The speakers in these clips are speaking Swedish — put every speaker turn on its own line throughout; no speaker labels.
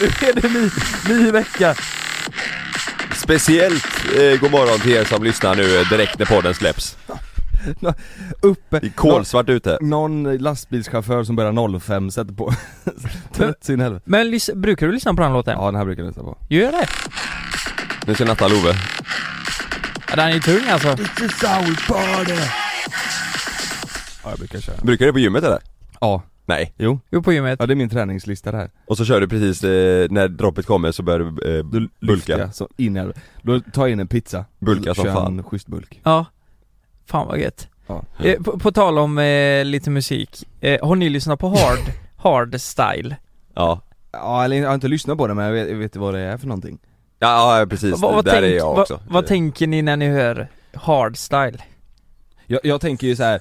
Nu är det ny, ny vecka!
Speciellt eh, god morgon till er som lyssnar nu eh, direkt när podden släpps.
Nå- Uppe,
Det är kolsvart ute.
någon, någon lastbilschaufför som börjar 05 sätter på, trött sin helvete.
Men lys- brukar du lyssna på den låten?
Ja den här brukar jag lyssna på.
Gör det?
Nu ska natta Love.
Ja, Den är ju tung alltså.
Ja jag brukar köra.
Brukar du det på gymmet eller?
Ja,
Nej.
jo.
Jo, på gymmet.
Ja det är min träningslista det här.
Och så kör du precis eh, när droppet kommer så börjar du eh,
Lyfter
bulka.
jag Så in i helvete. Då tar jag in en pizza.
Bulka som
Kör
fan.
en schysst bulk.
Ja. Fan vad gött.
Ja.
Eh, på, på tal om eh, lite musik. Eh, har ni lyssnat på Hard? hard Style?
Ja.
Ja eller jag har inte lyssnat på det men jag vet, jag vet vad det är för någonting.
Ja, ja precis.
Vad- vad
Där
tänk-
är jag
vad-
också.
Vad, tänker ni när ni hör Hard Style?
Jag, jag tänker ju så här.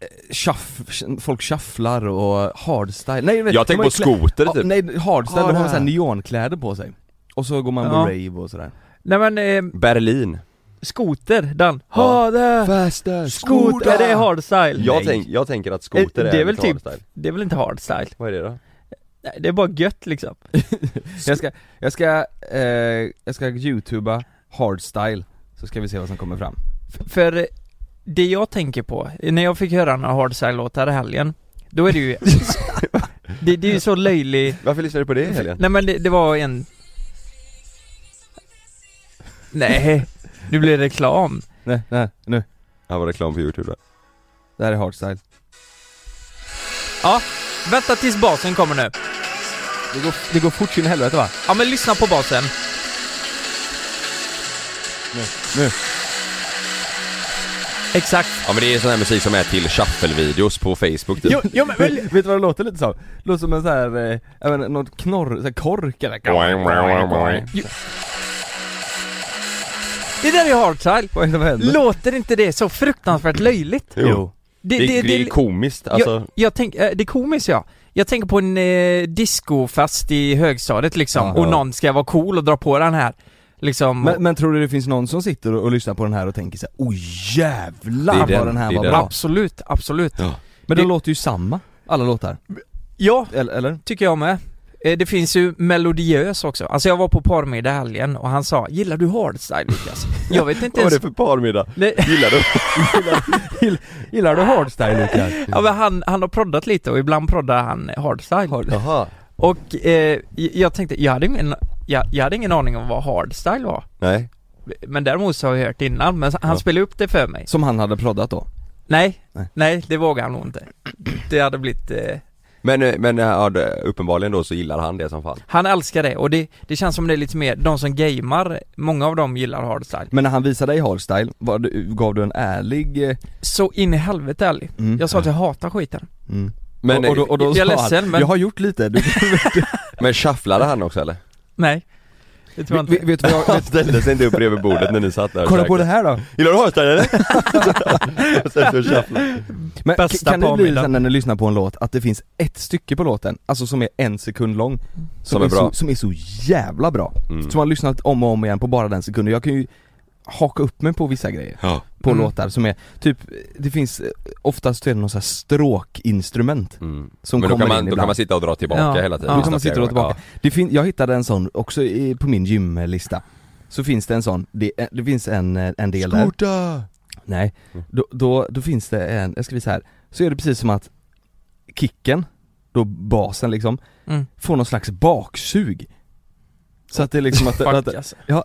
eh, Shuff, folk shufflar och hardstyle, nej vet,
jag
de
tänker
har ju
på
klä-
skoter
Ja,
typ.
Nej, hardstyle,
Ja,
de
det
har såhär
här.
neonkläder på sig Och så går man på
Ja.
rave och sådär
Nej men, eh,
Berlin.
skoter, den.
Ja.
Ja. det
Faster,
Skoter, det är Hard Style.
Jag,
Nej.
tänk, jag tänker att skoter
Eh,
är,
det är väl
lite
typ-
hardstyle.
Det är väl inte Hard Style?
Vad är det då?
Nej, Det är bara gött liksom.
Jag ska, jag ska, eh, jag ska youtuba hardstyle Så ska vi se vad som kommer fram
För eh, det jag tänker på, eh, när jag fick höra några hardstyle-låtar i helgen, då är det ju... det, det är ju så löjlig...
Varför lyssnar du på det i helgen?
Nej men det, det var en... Nej, nu blir det reklam.
Nej, nej, nu,
Här var reklam för youtube då.
det här är hardstyle
Ja, vänta tills basen kommer nu.
Det går, det går fort sin helvete va?
Ja men lyssna på basen.
Nu, nu
Exakt.
Ja men det är sån här musik som är till shuffle-videos på Facebook typ.
Jo, jo men väl, vet du vad det låter lite som? Det låter som en sån här, eh, jag menar, något knorr, sån här kork eller
Det där är hardstyle.
Vad är det som händer?
Låter inte det så fruktansvärt löjligt?
Jo.
Det,
Det, det, är komiskt alltså.
Jag, jag tänk, eh, det är komiskt ja. Jag tänker på en eh, discofest i högstadiet liksom,
Ja.
och någon ska vara cool och dra på den här. Liksom,
Men, men tror du det finns någon som sitter och, och lyssnar på den här och tänker så här, Oj jävlar
Det är den,
vad den här
det är
var
den."
bra!
absolut, absolut.
Ja.
Men det,
Det-
låter ju samma, alla låtar.
Ja,
Eller? eller?
tycker jag med. Eh, Det finns ju melodiös också. Alltså jag var på parmiddag i helgen och han sa 'Gillar du hardstyle Lukas?' Jag vet inte
Vad var
ens...
det för parmiddag?
Nej,
Gillar du?
Gillar du hardstyle Lukas?
ja, men han, han har proddat lite och ibland proddar han hardstyle.
Jaha.
Och eh, jag tänkte, jag hade, ingen, jag, jag hade ingen aning om vad hardstyle var.
Nej.
Men däremot så har jag hört innan, men han
Ja.
spelade upp det för mig.
Som han hade proddat då.
Nej,
Nej.
nej, det vågar han nog inte. Det hade blivit... Eh,
Men, eh, men eh, ja, det- uppenbarligen då så gillar han det som fan.
han älskar det och det, det känns som det är lite mer, de som gamer, många av dem gillar hardstyle.
Men när han visade dig hardstyle, var du, gav du en ärlig... eh,
Så in i helvete ärlig.
Mm.
Jag sa att jag hatar skiten.
Mm.
Men, eh,
och, och då, och då
jag är
sa
ledsen,
han,
men-
Jag har gjort lite, du,
men shufflade han också eller?
Nej. Det tror jag
vet,
inte.
vet du vad jag...
Han
Vet,
ställde sig inte upp bredvid bordet när ni satt där och
kolla på det
käkade.
här då!
Gillar du hardstyle eller? Och sen så shufflade.
Men k-
Bästa
kan det bli
påmiddag.
sen när ni lyssnar på en låt, att det finns ett stycke på låten, alltså som är en sekund lång Som,
Som är bra.
Så, som är så jävla bra!
Mm.
Som man har lyssnat om och om igen på bara den sekunden, jag kan ju haka upp mig på vissa grejer
Ja.
på
Mm.
låtar som är typ, det finns eh, oftast är det någon sån här stråkinstrument
Mm.
som
Men då
kommer
kan,
in
man, då
ibland.
kan man sitta och dra tillbaka
Ja.
hela tiden.
Ja.
då kan man sitta och
Ja.
tillbaka. Det fin- jag hittade en sån också i, på min gymlista. Så finns det en sån, det, eh, det finns en, eh, en del där.
Skota!
Nej, då, då, då finns det en, jag ska visa här. Så är det precis som att kicken då basen liksom,
Mm.
får någon slags baksug Så att det är liksom att, att,
Fuck
att
alltså.
ja,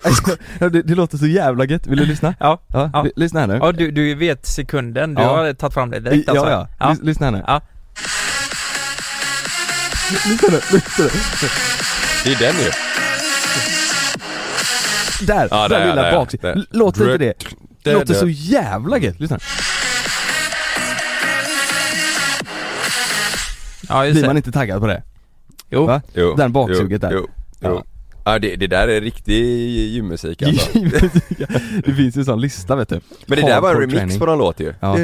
ja, det, det låter så jävla gött, vill du lyssna?
Ja.
Ja,
Ja.
ly- lyssna här nu
Ja du, du vet sekunden, du
Ja.
har tagit fram det direkt alltså.
Ja, ja, Lys- lyssna här nu
Ja.
Lyssna nu, lyssna nu.
Det är den ju.
Där!
Ja,
där
där,
lilla
där,
baks...
där.
Låter inte det?
Där,
låter
där.
så jävla gött, lyssna.
ja just
Blir man
det.
inte taggad på det?
Jo.
Va?
Jo,
Den baksuget där.
Jo, jo.
Ja.
Ja. det, det där är riktig gymmusik alltså.
det finns ju en sån lista vet du
Men det där var en
Hardcore
remix
training.
på någon låt ju.
Ja.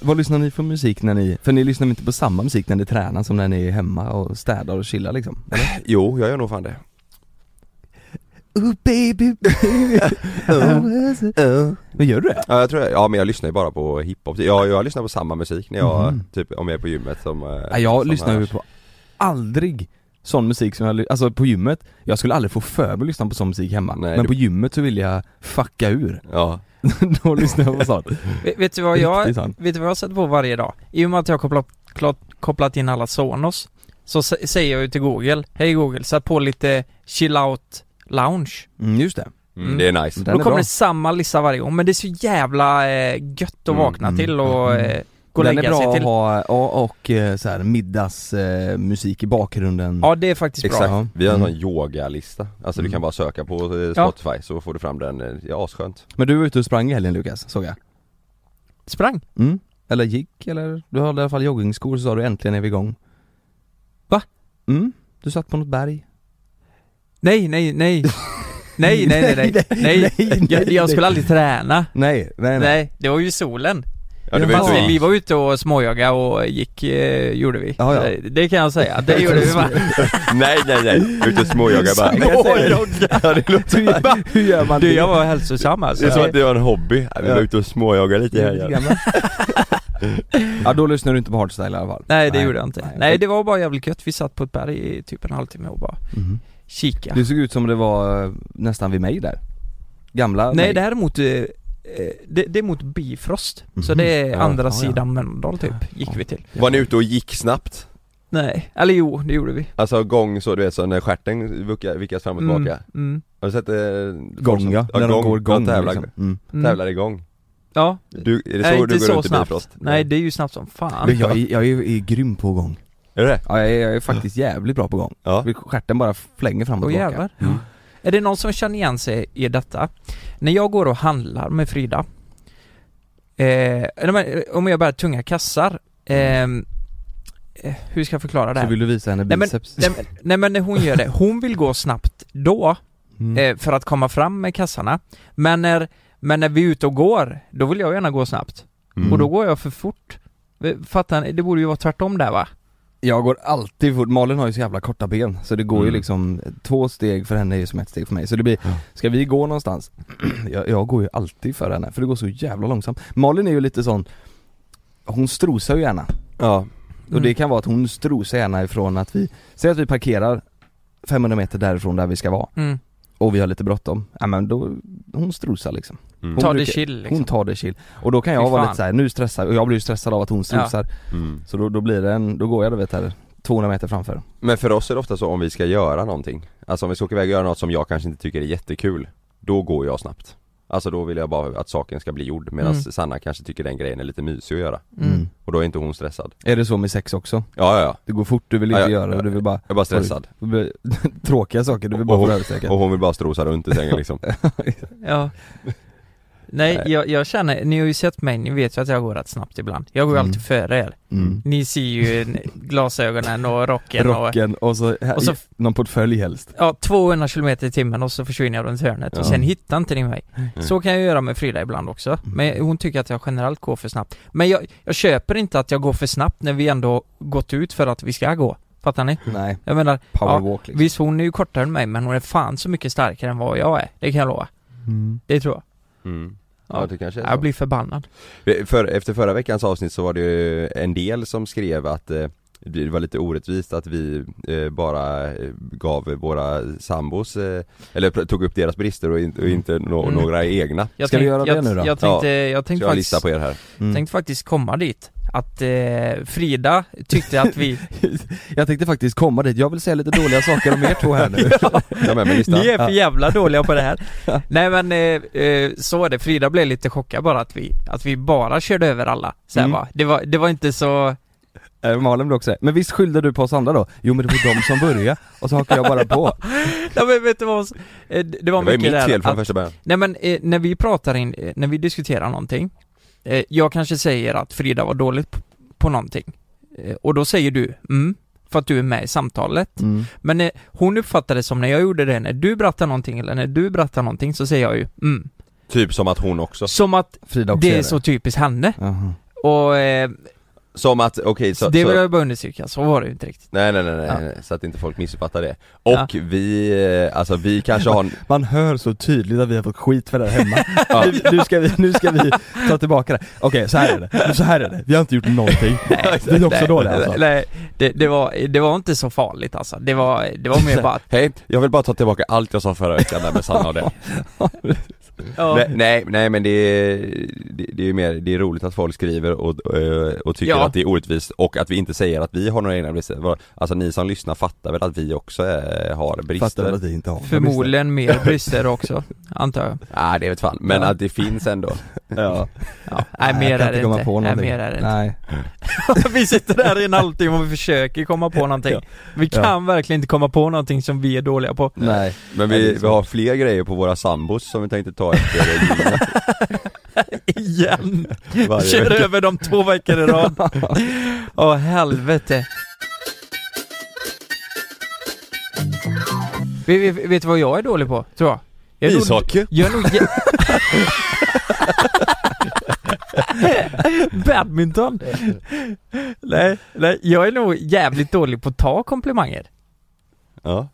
Vad lyssnar ni för musik när ni, för ni lyssnar väl inte på samma musik när ni tränar som när ni är hemma och städar och chillar liksom?
Jo, jag gör nog fan det.
Oh baby, baby.
Oh,
Vad gör du det?
Ja, jag tror jag, ja men jag lyssnar ju bara på hiphop. Ja, jag lyssnar på samma musik när jag, typ om jag är på gymmet som... eh,
Ja, jag
som
lyssnar ju
annars.
på aldrig sån musik som jag, ly- alltså på gymmet, jag skulle aldrig få för mig att lyssna på sån musik hemma
Nej,
Men
du-
på gymmet så vill jag fucka ur,
Ja,
då lyssnar jag på sånt
Vet- Vet du vad jag,
Riktigt sant.
vet du vad jag sätter på varje dag? I och med att jag har kopplat, klart, kopplat in alla Sonos Så sä- säger jag ju till Google, hej Google, sätt på lite chill out lounge
mm, Just det,
mm,
Mm.
det är nice.
Den
Då
är
kommer
bra.
det samma lista varje gång, men det är så jävla eh, gött att
Mm,
vakna
mm,
till och
mm.
eh, gå och
den
lägga
är bra
sig till
att ha, ja, och eh, så här middagsmusik i bakgrunden
Ja det är faktiskt
Exakt,
bra
Ja.
vi har en
Mm.
sån yogalista. Alltså du
Mm.
kan bara söka på eh,
Ja.
Spotify så får du fram den, eh, det är asskönt.
Men du var ute och sprang i helgen Lukas, såg jag
Sprang?
mm. Eller gick eller, du hade i alla fall joggingskor så sa du äntligen är vi igång Va? Mm, du satt på något berg
Nej, nej, nej Nej, nej, nej, nej, nej,
nej,
Jag,
nej.
jag skulle aldrig träna
Nej, nej nej,
Nej, det var ju solen
Ja,
Ja,
du vet
Fast
Jaha.
hur-
vi var ute och småjagade och gick, eh, gjorde vi
Ja, ja.
Det, det kan jag säga, det gjorde vi va?
Nej nej nej, ut och småjogga bara.
Småjogga!
Ja, det låter
Hur- Hur gör man
Du,
det?
jag var hälsosam
Det är som
alltså
att det var en hobby. Ja, Vi var ute och småjoggade lite i helgen.
ja då lyssnar du inte på hardstyle i alla fall
Nej det gjorde jag inte.
nej.
Nej det var bara jävligt gött, vi satt på ett berg i typ en halvtimme och bara
Mhm.
kika
Det såg ut som det var eh, nästan vid mig där Gamla
Nej
mig.
däremot, eh, eh, det, det är mot Bifrost, så
Mhm.
det är
Mm.
Ja,
andra
ja, ja.
sidan Mölndal typ, gick
Ja.
vi till
Var ni ute och gick snabbt?
Nej, eller jo, det gjorde vi
Alltså gång så du vet så när stjärten vucka- vickas fram och
Mm,
tillbaka.
mm,
Har du sett eh, folk
Gång
som-
ja, när de går gång
de tävlar,
liksom. mm.
mm.
tävlar igång.
Ja,
Du, är det så
nej,
du
inte
går
så
runt i
snabbt
Bifrost?
Nej det är ju snabbt som fan
Men jag, är- jag är, är grym på gång
Är det
Ja, jag, är, jag är faktiskt jävligt bra på gång.
Ja.
Stjärten bara flänger fram och
Åh
tillbaka. Mm.
jävlar Är det någon som känner igen sig i detta? När jag går och handlar med Frida eh, nej, men, Om jag bär tunga kassar eh, eh, Hur ska jag förklara det
Mm. Så
här?
vill du visa henne
Nej, men-
biceps?
Nej, men- Nej men när hon gör det, hon vill gå snabbt då
Mm.
eh, för att komma fram med kassarna. Men när, men när vi är ute och går, då vill jag gärna gå snabbt.
Mm.
eh, Och då går jag för fort. Eh, Fattar ni? Det borde ju vara tvärtom där va?
Jag går alltid fort, Malin har ju så jävla korta ben så det går ju
Mm.
liksom två steg för henne är ju som ett steg för mig så det blir,
Ja.
ska vi gå någonstans? jag, jag går ju alltid för henne för det går så jävla långsamt Malin är ju lite sån, hon strosar ju gärna
Ja,
och
Mm.
det kan vara att hon strosar gärna ifrån att vi, säg att vi parkerar 500 meter därifrån där vi ska vara
Mm.
och vi har lite bråttom, ja men då, hon strosar liksom
Mm.
Hon
Ta det
brukar-
chill
Hon
liksom.
tar det chill. Och då kan jag
Fy
vara
fan.
lite såhär, nu stressar och jag blir ju stressad av att hon strosar.
Mm.
Så då, då blir det en, då går jag du vet här 200 meter framför.
Men för oss är det ofta så om vi ska göra någonting Alltså om vi ska åka iväg och göra något som jag kanske inte tycker är jättekul Då går jag snabbt Alltså då vill jag bara att saken ska bli gjord medan
Mm.
Sanna kanske tycker den grejen är lite mysig att göra
Mm.
Och då är inte hon stressad
Är det så med sex också?
Ja ja ja,
Det går fort, du vill inte
Ja, ja.
göra och du vill bara
jag är bara stressad
du vill- Tråkiga saker, du vill bara
Och-
få det översäkrat.
Och hon vill bara strosa runt i sängen liksom
Ja. Nej,
Nej.
jag, jag känner, ni har ju sett mig, ni vet ju att jag går rätt snabbt ibland. Jag går ju
Mm.
alltid före er.
Mm.
Ni ser ju n- glasögonen och rocken och...
Rocken och så,
Och så-
någon portfölj helst.
Ja, 200 km i timmen och så försvinner jag runt hörnet och
Ja.
sen hittar inte ni mig.
Mm.
Så kan jag göra med Frida ibland också. Men hon tycker att jag generellt går för snabbt. Men jag, jag köper inte att jag går för snabbt när vi ändå gått ut för att vi ska gå. Fattar ni?
Nej,
Jag menar,
powerwalk liksom.
visst hon är ju kortare än mig men hon är fan så mycket starkare än vad jag är. Det kan jag lova.
Mm.
Det tror jag.
mm.
Ja.
Ja det kanske är
Jag
så.
blir förbannad.
För, Efter förra veckans avsnitt så var det ju en del som skrev att eh, det var lite orättvist att vi eh, bara eh, gav våra sambos, eh, eller pr- tog upp deras brister och, in, och inte nå-
Mm.
några egna
Jag
Ska vi
tänk-
göra det
jag,
nu då?
Jag tänkte, jag
Så
tänkte
jag har en
faktiskt,
lista på er här
Mm.
tänkte faktiskt komma dit Att eh, Frida tyckte att vi,
Jag tänkte faktiskt komma dit, jag vill säga lite dåliga saker om er två här nu
Jag är med mig i listan
ni är för jävla dåliga på det här Nej men eh, eh, så är det, Frida blev lite chockad bara att vi, att vi bara körde över alla så här
Mm.
bara. Det, var, det var inte så,
Eh, Malin blev också men visst skyllde du på oss andra då? Jo men det var de som började, och så hakar jag bara på
nej men vet du vad, eh, det
Det
var
var ju
mycket
mitt
där
fel från
att-
första början
Nej men eh, när vi pratar in, eh, när vi diskuterar någonting eh, Jag kanske säger att Frida var dålig p- på någonting eh, Och då säger du mm, för att du är med i samtalet
mm.
Men eh, hon uppfattade det som när jag gjorde det, när du berättar någonting eller när du berättar någonting så säger jag ju mm
Typ som att hon också
Som att
Frida också
det
gör
är så typiskt henne
Jaha.
och eh,
Som att, okej så,
det vill
så
jag bara understryka, så var det ju inte riktigt
Nej nej nej, nej,
Ja.
nej, så att inte folk missuppfattar det Och
Ja.
vi, eh, alltså vi kanske har en,
Man hör så tydligt att vi har fått skit för det här hemma
Ja.
nu, nu, ska vi, nu ska vi ta tillbaka det Okej, så här är det, så här är det, vi har inte gjort någonting Vi är också
Nej,
dåliga alltså
Nej, det, det, var, det var inte så farligt alltså, det var, det var mer bara att,
hej, jag vill bara ta tillbaka allt jag sa förra veckan där med Sanna och det
ja.
Nej, nej, nej men det är, det, det är ju mer, det är roligt att folk skriver och, eh, och tycker
Ja.
att det är orättvist och att vi inte säger att vi har några egna brister. Vad- Alltså ni som lyssnar fattar väl att vi också eh, har
Fattar väl
brister?
att vi inte har
Förmodligen mer brister också, antar jag.
Nej Ah, det vet fan, men
Ja.
att det finns ändå.
Ja.
Ja. Nej,
jag
mer
kan
är det
komma
inte.
På
Nej,
någonting.
mer är det inte.
Nej.
vi sitter där i en halvtimme och vi försöker komma på någonting.
Ja.
Vi kan verkligen inte komma på någonting som vi är dåliga på.
Nej.
Men
Ja, det
vi,
är så.
vi har fler grejer på våra sambos som vi tänkte ta efter
Igen!
varje
Kör
vecka.
över dem två veckor i rad. Åh helvete. Vi- vi- Vet du vad jag är dålig på, tror jag? jag är nog-
Ishockey!
Jag är nog jä- Badminton? nej, nej, jag är nog jävligt dålig på att ta komplimanger.
Ja.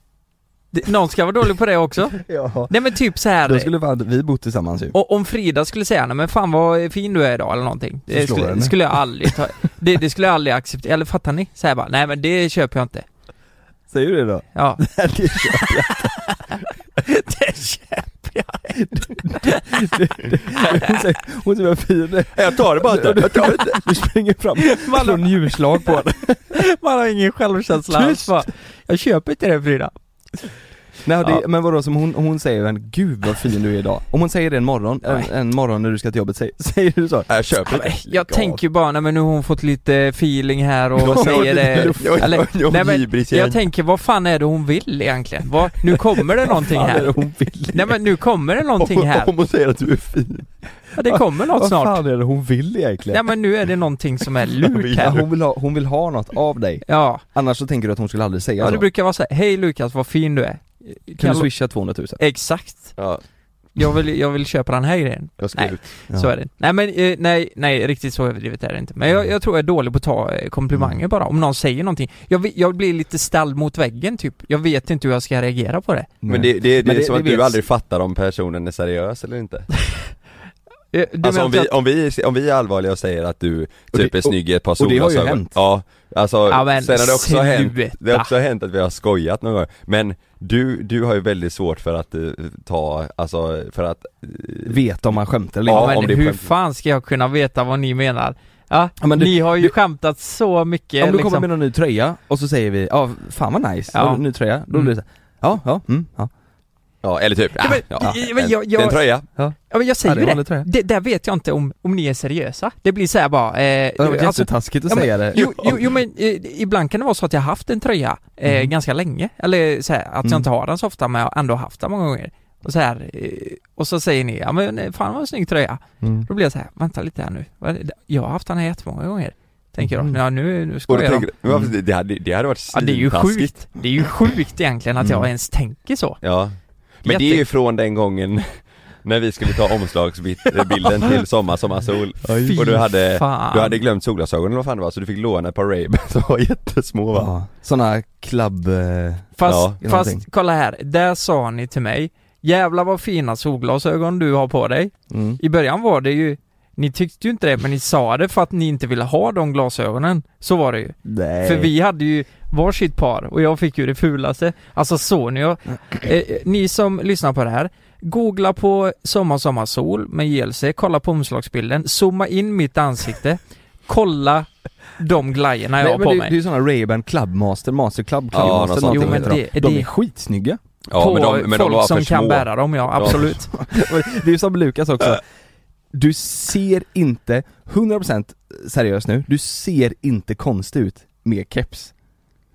Det- Någon ska vara dålig på det också.
Ja.
Nej men typ så här.
Då skulle fan vi bott tillsammans ju.
Och om Frida skulle säga nej men fan vad fin du är idag eller någonting. Det
Så slår
skulle,
henne.
skulle jag aldrig ta, det, det skulle jag aldrig acceptera, eller fattar ni? Så här bara, nej men det köper jag inte.
Säger du det då?
Ja.
Nej, det är jag.
Det köper jag.
Hon säger, hon säger vad fin du är.
Jag tar det bara inte! Jag tar det inte!
Du springer fram,
Man
slår
har,
njurslag på henne.
man har ingen självkänsla alls bara, Jag köper inte det Frida.
Nej, det,
Ja.
men vadå som hon, hon säger ju en, gud vad fin du är idag. Om hon säger det en morgon, en,
Nej.
en morgon när du ska till jobbet, säger, säger du så?
Jag köper det!
Jag tänker ju bara, nej men nu har hon fått lite feeling här och säger det. Eller, nej, men jag tänker, vad fan är det hon vill egentligen? Vad, nu kommer det någonting
Fan, är det
här.
hon vill?
Nej men nu kommer det någonting här.
Om hon säger att du är fin.
Ja, det kommer något
Vad
snart.
fan är det hon vill egentligen?
Nej men nu är det någonting som är lurt
Ja,
här.
hon, vill ha, hon vill ha något av dig,
Ja,
annars så tänker du att hon skulle aldrig säga
ja det
så.
brukar vara så här, hej Lukas vad fin du är.
Kan du
jag-
swisha 200 000?
Exakt.
Ja,
Jag vill, jag vill köpa den här grejen.
jag ska
Nej.
ut.
Ja. Mm.
Så är det. Nej men, eh, nej, nej riktigt så överdrivet är det inte. Men jag, jag tror jag är dålig på att ta eh, komplimanger bara, om någon säger någonting. Jag, vi- jag blir lite ställd mot väggen typ. Jag vet inte hur jag ska reagera på det.
Men det, det, det,
Men
är
det-
som
det
att du
vet-
aldrig fattar om personen är seriös eller inte.
Eh, Du
Alltså
menar
om vi,
att,
om, vi, om vi är allvarliga och säger att du
Och
typ
det-
är snygg i ett par
och det har ju
solglasögon
hänt.
Ja, alltså
Ja, men
sen har det också hänt
sluta.
Det har också hänt att vi har skojat någon gång Men du, du har ju väldigt svårt för att eh, ta, alltså för att eh,
Vet om man skämtar eller
Ja,
ja,
inte.
om
men
det är
hur
skämt.
fan ska jag kunna veta vad ni menar? Ja,
Ja, men du-
ni har ju
du-
skämtat så mycket
Om du kommer
liksom.
med någon ny tröja och så säger vi ja, fan vad nice,
Ja.
ja. ny tröja, då
Mm.
blir det så här, ja, ja, mm, ja.
Ja, eller typ, ja,
men-
ja,
ja, men
en-
jag-
det är en
jag-
tröja
Ja men jag
ja
säger
är en
det.
vanlig tröja.
Det, där vet jag inte om, om ni är seriösa. Det blir så här bara, eh,
Det var
alltså,
jättetaskigt att
ja, men-
säga det.
jo, jo, jo men eh, ibland kan det vara så att jag har haft en tröja eh,
Mm.
Mhm.
ganska länge, eller så här, att jag
Mm.
inte har den så ofta men jag har ändå haft den många gånger. Och så här, eh, och så säger ni ja men eh, fan vad en snygg tröja.
Mm.
Då blir jag så här, vänta lite här nu, Vad är det? jag har haft den här jättemånga gånger. Tänker jag,
Mm.
ja nu, nu
och då
skojar jag.
tänker, du, varför- det, det, hade, det hade varit
Ja det är ju
svintaskigt.
sjukt, det är ju sjukt egentligen att jag
Mm.
ens tänker så.
Ja, men
Jätte-
det är ju från den gången när vi skulle ta omslagsbilden till Sommar, Sommarsol
Fy
Och du hade,
fan.
eh, du hade glömt solglasögonen eller vad fan det var, så du fick låna ett par Ray-Ban som var jättesmå va?
Ja. Såna klubb... eh,
Fast,
Ja,
fast
någonting.
kolla här, där sa ni till mig Jävlar vad fina solglasögon du har på dig
Mm.
I början var det ju Ni tyckte ju inte det, men ni sa det för att ni inte ville ha de glasögonen. Så var det ju.
Nej.
För vi hade ju varsitt par och jag fick ju det fulaste. Alltså så nu jag, eh, ni som lyssnar på det här, googla på Sommar Sommar Sol med JLC, kolla på omslagsbilden, zooma in mitt ansikte, kolla de glajjorna jag
Nej,
har
men
på
det, det är
mig.
ju sådana Ray-Ban Clubmaster, Master Club,
något
Clubmaster,
sånt
någonting
heter
heter
de.
de.
det-
de
det-
är skitsnygga.
Ja,
på
men de, men de
folk
var
som
för
kan
små.
bära dem, ja absolut.
Och det är ju som Lukas också. Du ser inte, 100% seriöst nu, du ser inte konstig ut med keps.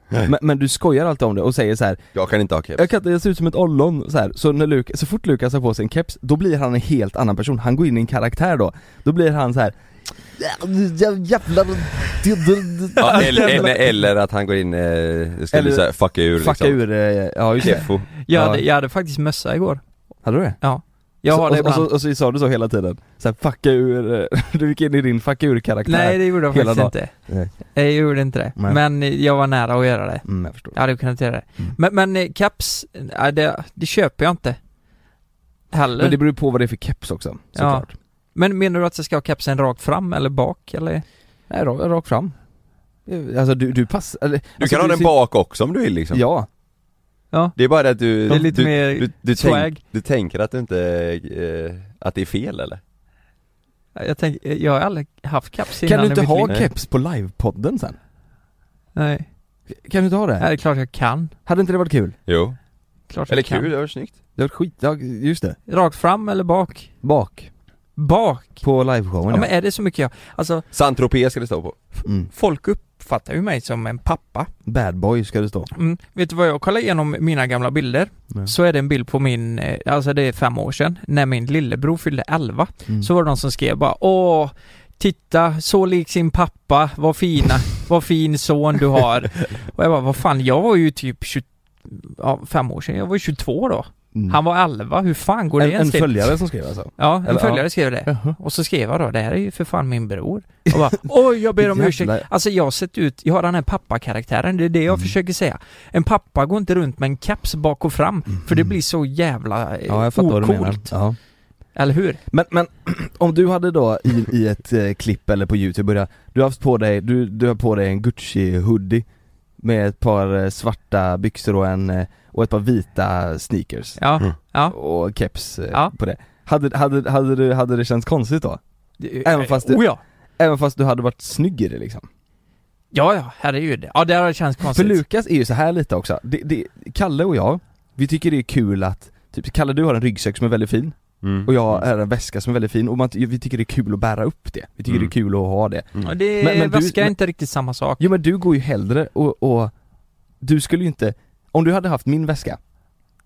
Men, men du skojar alltid om det och säger så här.
Jag kan inte ha keps.
jag kan inte, jag ser ut som ett ollon så här. Så, när Luk- så fort Lukas har på sig en keps, då blir han en helt annan person. Han går in i en karaktär då. Då blir han så här. "Ja, Jävlar, det- det- det-
Ja, eller, eller, eller att han går in, eh, ska
Eller-
bli såhär, fucka ur
Fucka
liksom.
ur, eh, ja just det.
Keffo.
Jag
Ja.
hade, jag hade faktiskt mössa igår.
Hade du det?
Jag
så,
har det
och, och,
ibland.
så, och så sa du så hela tiden, såhär fucka ur, eh, du gick in i din fucka ur-karaktär
Nej det gjorde jag
hela
faktiskt inte.
Nej.
Jag gjorde inte det.
Nej.
Men jag var nära att göra det.
Mm, jag förstår
Jag hade kunnat göra det.
Mm.
Men, men eh, caps, eh, det, det köper jag inte. Heller.
Men
Men,
det beror på vad det är för keps också, såklart
menar du att jag ska ha kepsen rakt fram eller bak eller?
Nej, rakt rak fram Alltså du, Alltså, du passar, eller,
Du kan ha den bak också om du vill liksom.
Ja,
Det är bara det att du,
Det är lite
du,
mer
du, du,
swag.
tänk, du tänker att du inte, eh, att det är fel eller?
Jag tänker, jag har aldrig haft keps innan
kan du
i
inte
mitt
ha
liv.
keps på livepodden sen?
Nej.
Kan du inte ha det?
Nej, det är klart jag kan.
Hade inte det varit kul?
Jo.
Klart
Eller
jag kan.
kul, det var snyggt.
Det var skit, ja, just det,
Rakt fram eller bak?
bak
Bak?
på liveshowen
Ja,
ja,
men är det så mycket jag, alltså
Saint-Tropez ska det stå på.
mm.
folk uppfattar ju mig som en pappa.
Bad boy ska det stå Mm.
Mm. Vet du vad jag kollar igenom mina gamla bilder?
Nej.
Så är det en bild på min, eh, alltså det är fem år sedan, när min lillebror fyllde 11.
Mm.
Så var det någon som skrev bara Åh, titta, så lik sin pappa, vad fina, vad fin son du har. Och jag bara, vad fan, jag var ju typ 20, ja, fem år sedan, jag var ju 22 då.
Mm.
Han var 11, hur fan går det
en, en
ens till?
följare som skrev alltså?
Ja, en
Eller,
följare
ja.
skrev det.
Jaha.
Och så skrev jag då, det här är ju för fan min bror. Och bara, oj jag ber om ursäkt.
Jävlar.
Alltså jag har sett ut, jag har den här pappakaraktären, det är det jag
Mm.
försöker säga. En pappa går inte runt med en keps bak och fram, för det blir så jävla eh,
Mm. Ja, jag fattar vad du menar
ocoolt.
ja.
Eller hur?
Men, men om du hade då i, i ett eh, klipp eller på youtube börjat, du har haft på dig, du, du har på dig en Gucci-hoodie med ett par eh, svarta byxor och en, eh, och ett par vita sneakers
Ja,
Mm.
ja.
och keps eh,
Ja.
på det hade, hade, hade, du, hade det känts konstigt då? Även fast du-
Oh, ja.
Även fast du hade varit snygg i det liksom?
ja, ja, herregud. Ja, det hade känts
För
konstigt.
Lukas är ju så här lite också, det, det, Kalle och jag, vi tycker det är kul att, typ Kalle du har en ryggsäck som är väldigt fin Mm. och jag
Mm.
har en väska som är väldigt fin och man, vi tycker det är kul att bära upp det, vi tycker
Mm.
det är kul att ha det
Ja, det
Men- men du-
väska är
men-
inte riktigt samma sak.
Jo men du går ju hellre och, och du skulle ju inte, om du hade haft min väska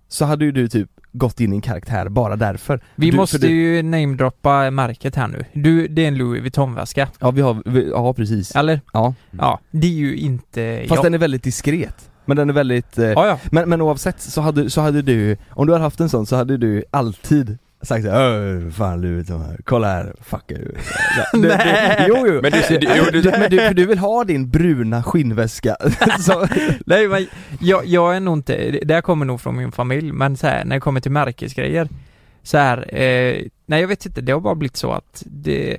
så hade ju du typ gått in i en karaktär bara därför.
Vi
du,
måste
för du,
ju namedroppa märket här nu. Du, det är en Louis Vuitton-väska.
Ja vi har, vi, ja precis.
Eller?
Ja.
Ja, det är ju inte
Mm. Fast
jag.
den är väldigt diskret. Men den är väldigt, eh,
Ja, ja.
men, men oavsett så hade, så hade du, om du hade haft en sån så hade du alltid sagt såhär "Öh, fan Louis Vuitton här, kolla här, fuck you. Det- det-
Nej.
Jo jo!
Men du, ser- du, jo,
Du,
du,
men du, för du vill ha din bruna skinnväska så,
Nej men jag, jag är nog inte, det- det här kommer nog från min familj, men så här, när det kommer till märkesgrejer så här, eh, nej jag vet inte, det har bara blivit så att det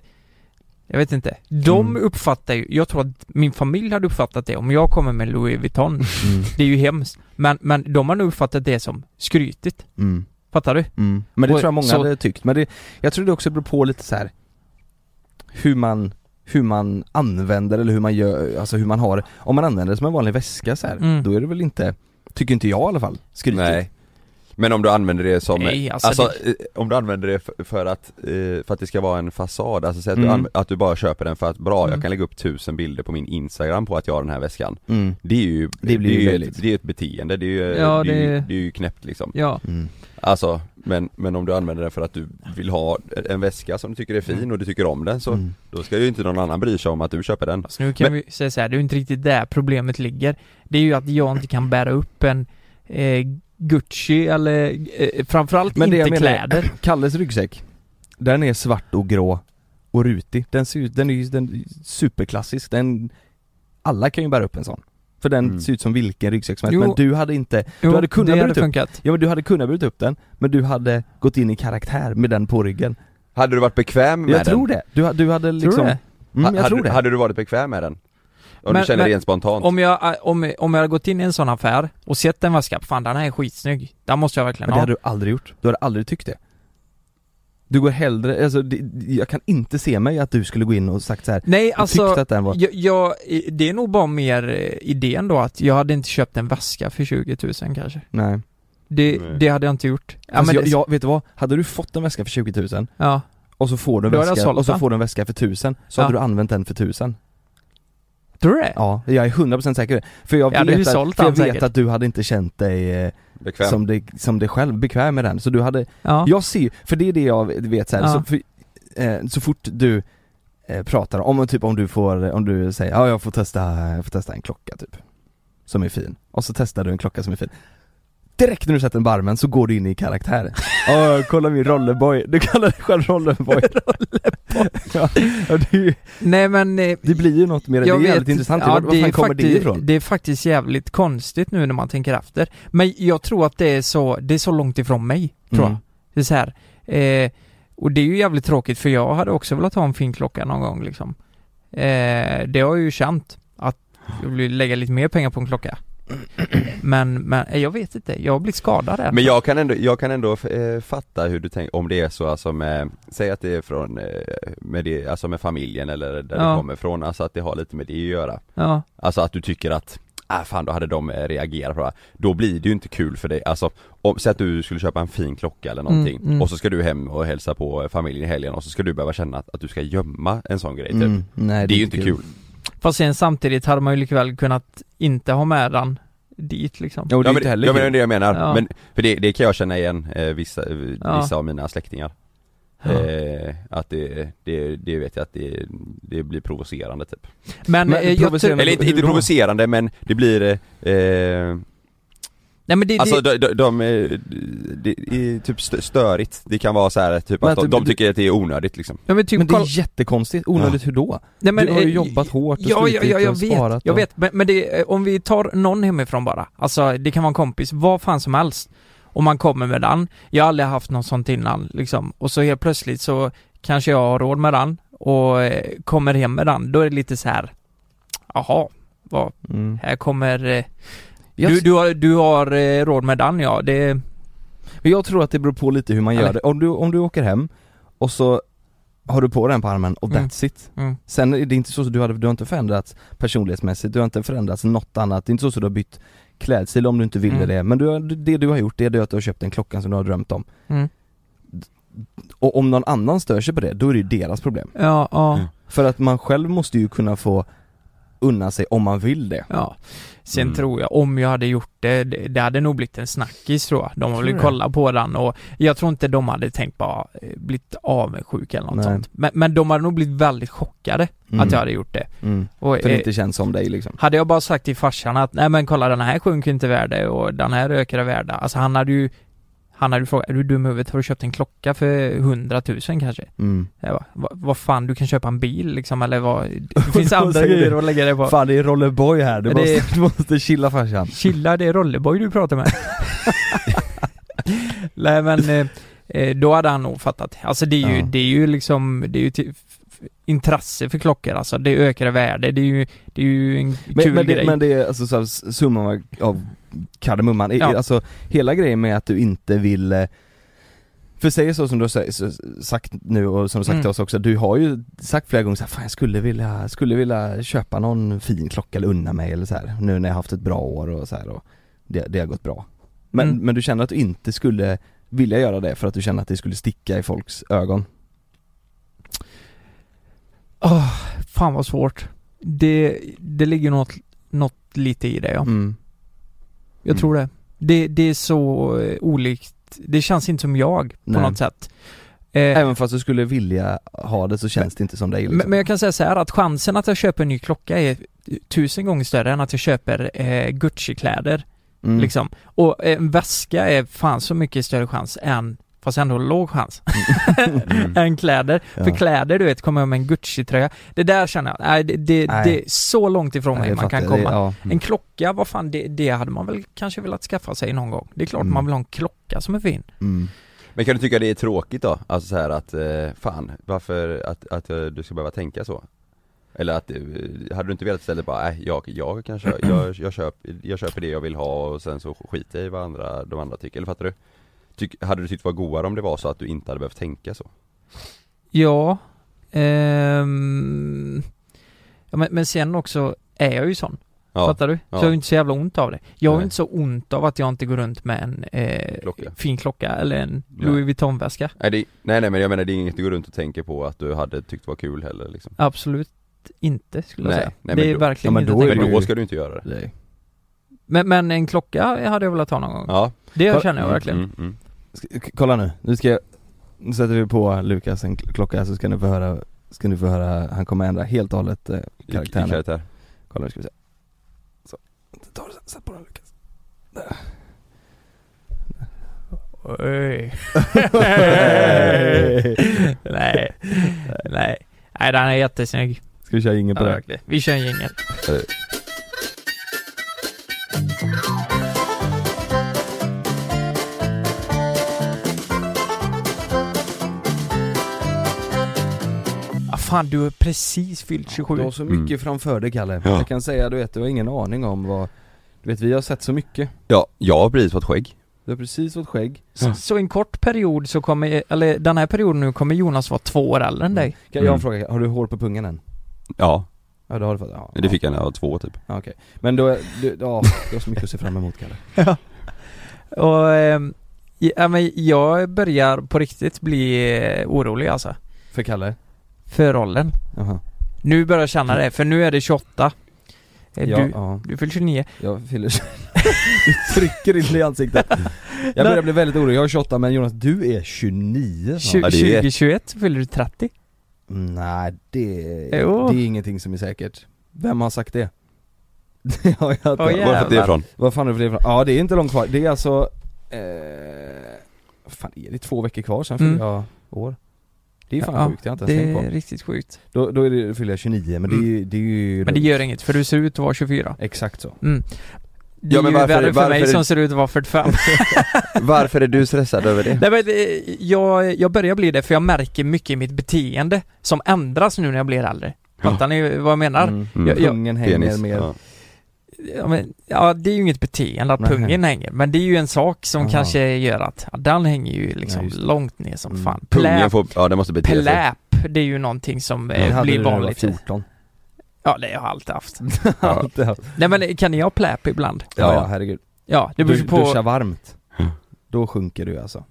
jag vet inte. De
Mm.
uppfattar ju, jag tror att min familj hade uppfattat det om jag kommer med Louis Vuitton.
Mm,
Det är ju hemskt. Men, men de har nog uppfattat det som skrytigt.
Mm.
Fattar du?
Mm. Men det
Och
tror jag många
så-
hade tyckt, men det, jag tror det också beror på lite så här hur man, hur man använder eller hur man gör, alltså hur man har Om man använder det som en vanlig väska så här,
Mm.
då är det väl inte, tycker inte jag i alla fall, skrytigt.
nej. Men om du använder det som,
Nej, alltså
alltså, eh, om du använder det för, för att, eh, för att det ska vara en fasad, alltså säg att,
Mm.
du, anv- att du bara köper den för att bra,
Mm.
jag kan lägga upp tusen bilder på min instagram på att jag har den här väskan
Mm.
Det är ju,
Det blir ju
är
löjligt.
ett, det är ett beteende, det är ju,
Ja,
det, är
det-
ju det är ju knäppt liksom
Ja.
Mm.
Alltså, men, men om du använder den för att du vill ha en väska som du tycker är fin och du tycker om den så
Mm.
Då ska ju inte någon annan bry sig om att du köper den
Fast Alltså, nu kan
Men-
vi säga så här, det är ju inte riktigt där problemet ligger. Det är ju att jag inte kan bära upp en eh, Gucci eller eh, framförallt
Men det
inte
jag menar-
kläder.
Kalles ryggsäck, den är svart och grå och rutig. Den ser ut, den är ju den är superklassisk, den, alla kan ju bära upp en sån. För den
Mm.
ser ut som vilken ryggsäck som helst,
Jo.
men du hade inte,
Jo,
hade kunnat
det
bära
hade
upp-
funkat.
ja men du hade kunnat burit upp den, men du hade gått in i karaktär med den på ryggen.
Hade du varit bekväm med
Jag
den?
tror det. Du, du hade liksom...
Tror du det?
Mm, jag
hade,
tror
du-
det.
hade du varit bekväm med den? Om
Men-
du känner
men-
rent spontant?
Om jag, eh, om, om jag hade gått in i en sån affär och sett en vaskapp, fan den här är skitsnygg, den måste jag verkligen
Men det
ha.
hade du aldrig gjort. Du hade aldrig tyckt det. Du går hellre, alltså det, jag kan inte se mig att du skulle gå in och sagt så här.
Nej
Jag
alltså,
tyckte att den var...
jag, jag, det är nog bara mer eh, idén då att jag hade inte köpt en vaska för 20 000 kanske.
Nej.
Det,
Nej.
det hade jag inte gjort. Ja,
alltså,
men
jag,
det,
jag, vet du vad? Hade du fått en väska för 20 000
ja.
och så får du en
Då hade jag
väska,
sålt
och så
den.
får du en väska för 1000 så
Ja.
hade du använt den för 1000
Tror du det?
Ja, jag är 100% säker. För jag
Jag hade ju
vet, att,
sålt
för jag
den
vet
säkert.
att du hade inte känt dig eh,
bekväm?
som dig som dig själv, bekväm med den. Så du hade,
Ja.
Jag ser för det är det jag vet så, här,
Ja.
så, för, eh, så fort du eh, pratar om, typ om du får, om du säger ja jag får testa, jag får testa en klocka typ Som är fin, och så testar du en klocka som är fin Direkt när du sätter den på armen så går du in i karaktär Ja, kolla min rollerboy, du kallar dig själv rollerboy ja, ja, det, är ju-
Nej men... eh,
det blir ju något mer, det är
jag vet-
jävligt intressant,
ja,
var, var fan
är
kommer det
fakti-
ifrån?
Det är faktiskt jävligt konstigt nu när man tänker efter. Men jag tror att det är så, det är så långt ifrån mig, tror
Mm.
jag. Det är så här. Eh, och det är ju jävligt tråkigt för jag hade också velat ha en fin klocka någon gång liksom. Eh, det har jag ju känt att jag vill lägga lite mer pengar på en klocka. Men, men eh, jag vet inte, jag har blivit skadad där.
Men jag kan ändå, jag kan ändå eh, fatta hur du tänker, om det är så alltså med, säg att det är från, eh, med det, alltså med familjen eller där
Ja.
du kommer ifrån, alltså att det har lite med det att göra
Ja,
Alltså att du tycker att, ah fan då hade de eh, reagerat på det här. Då blir det ju inte kul för dig, alltså om, säg att du skulle köpa en fin klocka eller någonting
Mm, mm.
och så ska du hem och hälsa på eh, familjen i helgen och så ska du behöva känna att, att du ska gömma en sån grej typ.
Mm, nej,
Det är ju inte kul.
fast sen samtidigt hade man ju likväl kunnat inte ha med den dit liksom.
Jo, det är
Ja,
ju
men,
inte
det-
heller
ja, men det är
kul.
det jag menar,
Ja.
men för det, det kan jag känna igen eh, vissa, eh,
Ja.
vissa av mina släktingar eh, Att det, det, det vet jag att det, det blir provocerande typ
Men,
Men
eh, jag tror...
provocerande-
Eller inte,
hur
inte
då?
provocerande men det blir eh, eh,
Nej men det,
Alltså
det,
de, de, de, är- det är typ stö- störigt, det kan vara så här typ
Men
att de,
att
de
du-
tycker att det är onödigt liksom
ja, men typ,
Men det
kolla-
är jättekonstigt, onödigt hur då?
Nej, men,
du har ju
eh,
jobbat hårt och
ja, ja,
slitit
ja, jag
och
vet,
sparat
Jag
och-
vet, men, men det, eh, om vi tar någon hemifrån bara, alltså det kan vara en kompis, vad fan som helst. Och man kommer med den, jag har aldrig haft något sånt innan liksom. Och så helt plötsligt så kanske jag har råd med den och eh, kommer hem med den, då är det lite så här. jaha, vad,
Mm.
här kommer... Eh,
Jag-
du, du har, du har eh, råd med den ja, det...
Men jag tror att det beror på lite hur man gör
Eller-
det. Om du, om du åker hem och så har du på den på armen och
Mm.
that's it.
Mm.
Sen är det inte så att du, har- du har inte förändrats personlighetsmässigt, du har inte förändrats något annat. Det är inte så att du har bytt klädstil om du inte ville
Mm.
det. Men du, har- det du har gjort det är att du har köpt en klocka som du har drömt om.
Mm.
Och om någon annan stör sig på det, då är det ju deras problem.
Ja, ja.
Mm.
För att man själv måste ju kunna få unna sig om man vill det.
Ja. Sen
Mm.
tror jag, om jag hade gjort det, det det hade nog blivit en snackis tror jag. De har väl
det.
kollat på den och jag tror inte de hade tänkt bara eh, blivit avundsjuka eller något
Nej.
sånt. Men, men de hade nog blivit väldigt chockade
Mm.
att jag hade gjort det.
Mm.
Och,
För det
eh,
inte känns som dig liksom.
Hade jag bara sagt till farsan att nej men kolla den här sjunker inte i värde och den här ökar i värde. Alltså han hade ju han hade ju frågat, är du dum i huvudet? Har du köpt en klocka för 100 000 kanske?
Mm.
Jag bara, "Va- Vad fan, du kan köpa en bil liksom eller vad? Det finns
Vad
andra
säger
grejer
du?
att lägga det på.
Fan det är rollerboy här, du,
Det-
måste, du måste chilla farsan.
Chilla, det är Rolleboy du pratar med. Nej men, eh, eh, då hade han nog fattat. Alltså det är ju,
Ja.
det är ju liksom, det är ju till, f- f- intresse för klockor alltså. Det ökar i värde, det är ju, det är ju en
Men,
kul
men, det,
grej.
men det är alltså så här, s- summan av- av kardemumman, I-
Ja.
alltså hela grejen med att du inte vill eh, för säg så som du har sa- s- sagt nu och som du sagt
Mm.
till oss också, du har ju sagt flera gånger så här, fan jag skulle vilja, skulle vilja köpa någon fin klocka eller unna mig eller så här nu när jag haft ett bra år och så här och det, det har gått bra. Men,
Mm.
men du känner att du inte skulle vilja göra det för att du känner att det skulle sticka i folks ögon?
Åh, fan vad svårt. Det, det ligger något, något lite i det ja.
Mm.
Jag
Mm.
tror det. det. Det är så eh, olikt, det känns inte som jag på
Nej.
något sätt. Eh,
Även fast du skulle vilja ha det så känns det inte som dig liksom.
Men, men jag kan säga så här att chansen att jag köper en ny klocka är tusen gånger större än att jag köper eh, Gucci-kläder
Mm.
liksom. Och en väska är fan så mycket större chans än, fast ändå låg chans, än kläder.
Mm. Ja.
För kläder, du vet, kommer jag med en Gucci-tröja. Det där känner jag, nej det, det,
Nej.
det är så långt ifrån
Ja,
mig
det
man
fattar
kan
jag. Det-
komma.
ja. Mm.
En klocka, vad fan, det, det hade man väl kanske velat skaffa sig någon gång. Det är klart
Mm.
man vill ha en klocka som är fin.
Men kan du tycka det är tråkigt då? Alltså så här att, eh, fan, varför, att, att eh, du ska behöva tänka så? Eller att, eh, hade du inte velat istället bara, nej jag, jag kan köpa, jag, jag, köper, jag köper det jag vill ha och sen så skiter jag i vad andra, de andra tycker, eller fattar du? Tyck, hade du tyckt det var godare om det var så att du inte hade behövt tänka så?
Ja, ehm, ja men, men sen också är jag ju sån.
Ja,
Fattar du?
ja.
Så jag har ju inte så jävla ont av det. Jag har ju
Nej.
inte så ont av att jag inte går runt med en eh,
Klocka.
fin klocka eller en
Ja.
Louis Vuitton-väska.
nej, det, nej nej men jag menar det är inget du går runt och tänker på att du hade tyckt var kul heller liksom
Absolut inte skulle jag
Nej,
säga.
nej,
det
men
är
då-
verkligen
ja, men
inte
då
att
är
tänka
Men
på.
då ska du inte göra det
Nej.
men, men en klocka hade jag velat ha någon gång.
Ja,
Det
Kolla-
känner jag verkligen.
Mm, mm.
Ska, k- kolla nu, nu ska jag, nu sätter vi på Lukas en kl- klocka så ska ni få höra, ska ni få höra, han kommer ändra helt och hållet eh,
I, i
karaktären.
karaktär
Kolla nu ska vi se. Så, ta det, sätt på den Lukas. Där.
Oj. nej. nej. Nej. Nej, den är jättesnygg.
Ska vi köra ingen på det?
Vi kör en jingel. Ah, fan, du har precis fyllt 27.
Du har så mycket
Mm.
framför dig Kalle.
Ja.
Jag kan säga du vet, du har ingen aning om vad, du vet vi har sett så mycket.
Ja, jag har precis fått skägg
Du har precis fått skägg.
Så, så en kort period så kommer, eller den här perioden nu kommer Jonas vara två år äldre än dig.
Kan jag
Mm.
fråga, har du hår på pungen än?
Ja,
Ja det har du fått, ja.
det fick jag när jag var två typ
Ja, okej. Men då, du, ja, du har så mycket att se fram emot Kalle.
Och, ehm, ja, men jag börjar på riktigt bli eh, orolig alltså.
För Kalle?
För rollen.
Jaha.
Nu börjar jag känna det, för nu är det 28. Eh,
Ja,
du,
ja.
du fyller 29.
Jag fyller Du trycker inte i ansiktet Jag börjar bli väldigt orolig, jag är 28 men Jonas du är 29
Tju-
snart.
Ja, det är-
2021 fyller du 30.
Nej det,
Jo.
det är ingenting som är säkert Vem har sagt det? Det har jag inte
Åh,
Var har du fått det
Jävlar.
ifrån?
Vad fan är det för det ifrån? Ja det är inte långt kvar, det är alltså eh, vad fan är det? Två veckor kvar sen fyller
Mm.
jag år Det är fan
Ja,
sjukt, jag har inte ens
Det
tänkt
är
på
riktigt sjukt.
Då, då är det, fyller jag 29 men det är ju, det är ju
Men det gör inget, för du ser ut att vara 24.
Exakt så
Det
Ja,
är
men
ju
varför-
värre för
varför
mig
är-
som ser ut att vara 45.
Varför är du stressad över det?
Nej men eh, jag, jag börjar bli det för jag märker mycket i mitt beteende som ändras nu när jag blir äldre. Fattar ni vad jag menar?
mm.
Mm.
Jag- jag-
Pungen hänger mer
Ja.
Ja, men, ja det är ju inget beteende att
Nej.
pungen hänger, men det är ju en sak som
Aha.
kanske gör att, ja, den hänger ju liksom
Ja, just det.
långt ner som
Mm.
fan.
Pungen
Pläp,
får, ja den måste bete sig
pläp, det är ju någonting som
Det
eh,
hade
blir
du när du var
vanligt.
14
Ja, det har jag alltid haft.
Ja, ja,
Nej men kan ni ha pläp ibland?
ja herregud.
Ja, det beror
Du,
ju på.
Duscha varmt. Då sjunker du alltså.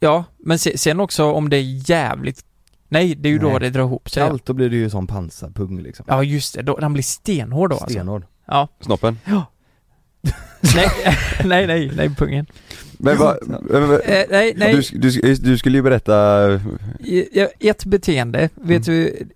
Ja, men se, sen också om det är jävligt, nej det är ju då
Nej.
det drar ihop sig.
Kallt, då blir du ju som pansarpung liksom.
Ja just det, då, den blir stenhård då alltså.
Stenhård.
Ja,
Snoppen?
nej, nej, nej, nej, pungen.
Men vad, men vad-
Eh, nej, nej.
Du, du, du skulle ju berätta,
I- ja, Ett beteende, vet du...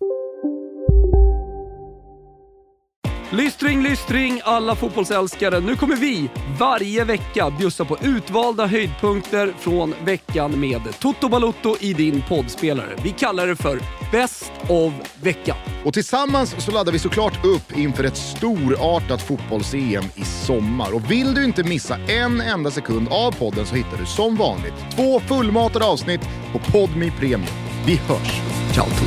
Lystring, lystring alla fotbollsälskare. Nu kommer vi varje vecka bjussa på utvalda höjdpunkter från veckan med Toto Balotto i din poddspelare. Vi kallar det för Bäst av veckan.
Och tillsammans så laddar vi såklart upp inför ett storartat fotbolls-EM i sommar. Och vill du inte missa en enda sekund av podden så hittar du som vanligt två fullmatade avsnitt på Podmi Premium. Vi hörs! Ciao Toto!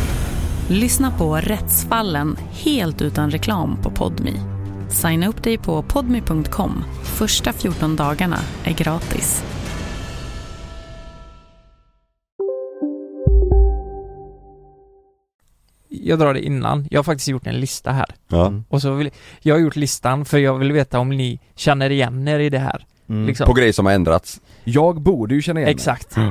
Lyssna på Rättsfallen helt utan reklam på Podmi. Signa upp dig på podmi.com. Första 14 dagarna är gratis.
jag drar det innan. Jag har faktiskt gjort en lista här.
Ja.
Mm.
Och så vill, jag har gjort listan för jag vill veta om ni känner igen er i det här. Liksom.
På grejer som har ändrats.
Mm. Jag borde ju känna igen mig.
Exakt.
Mm.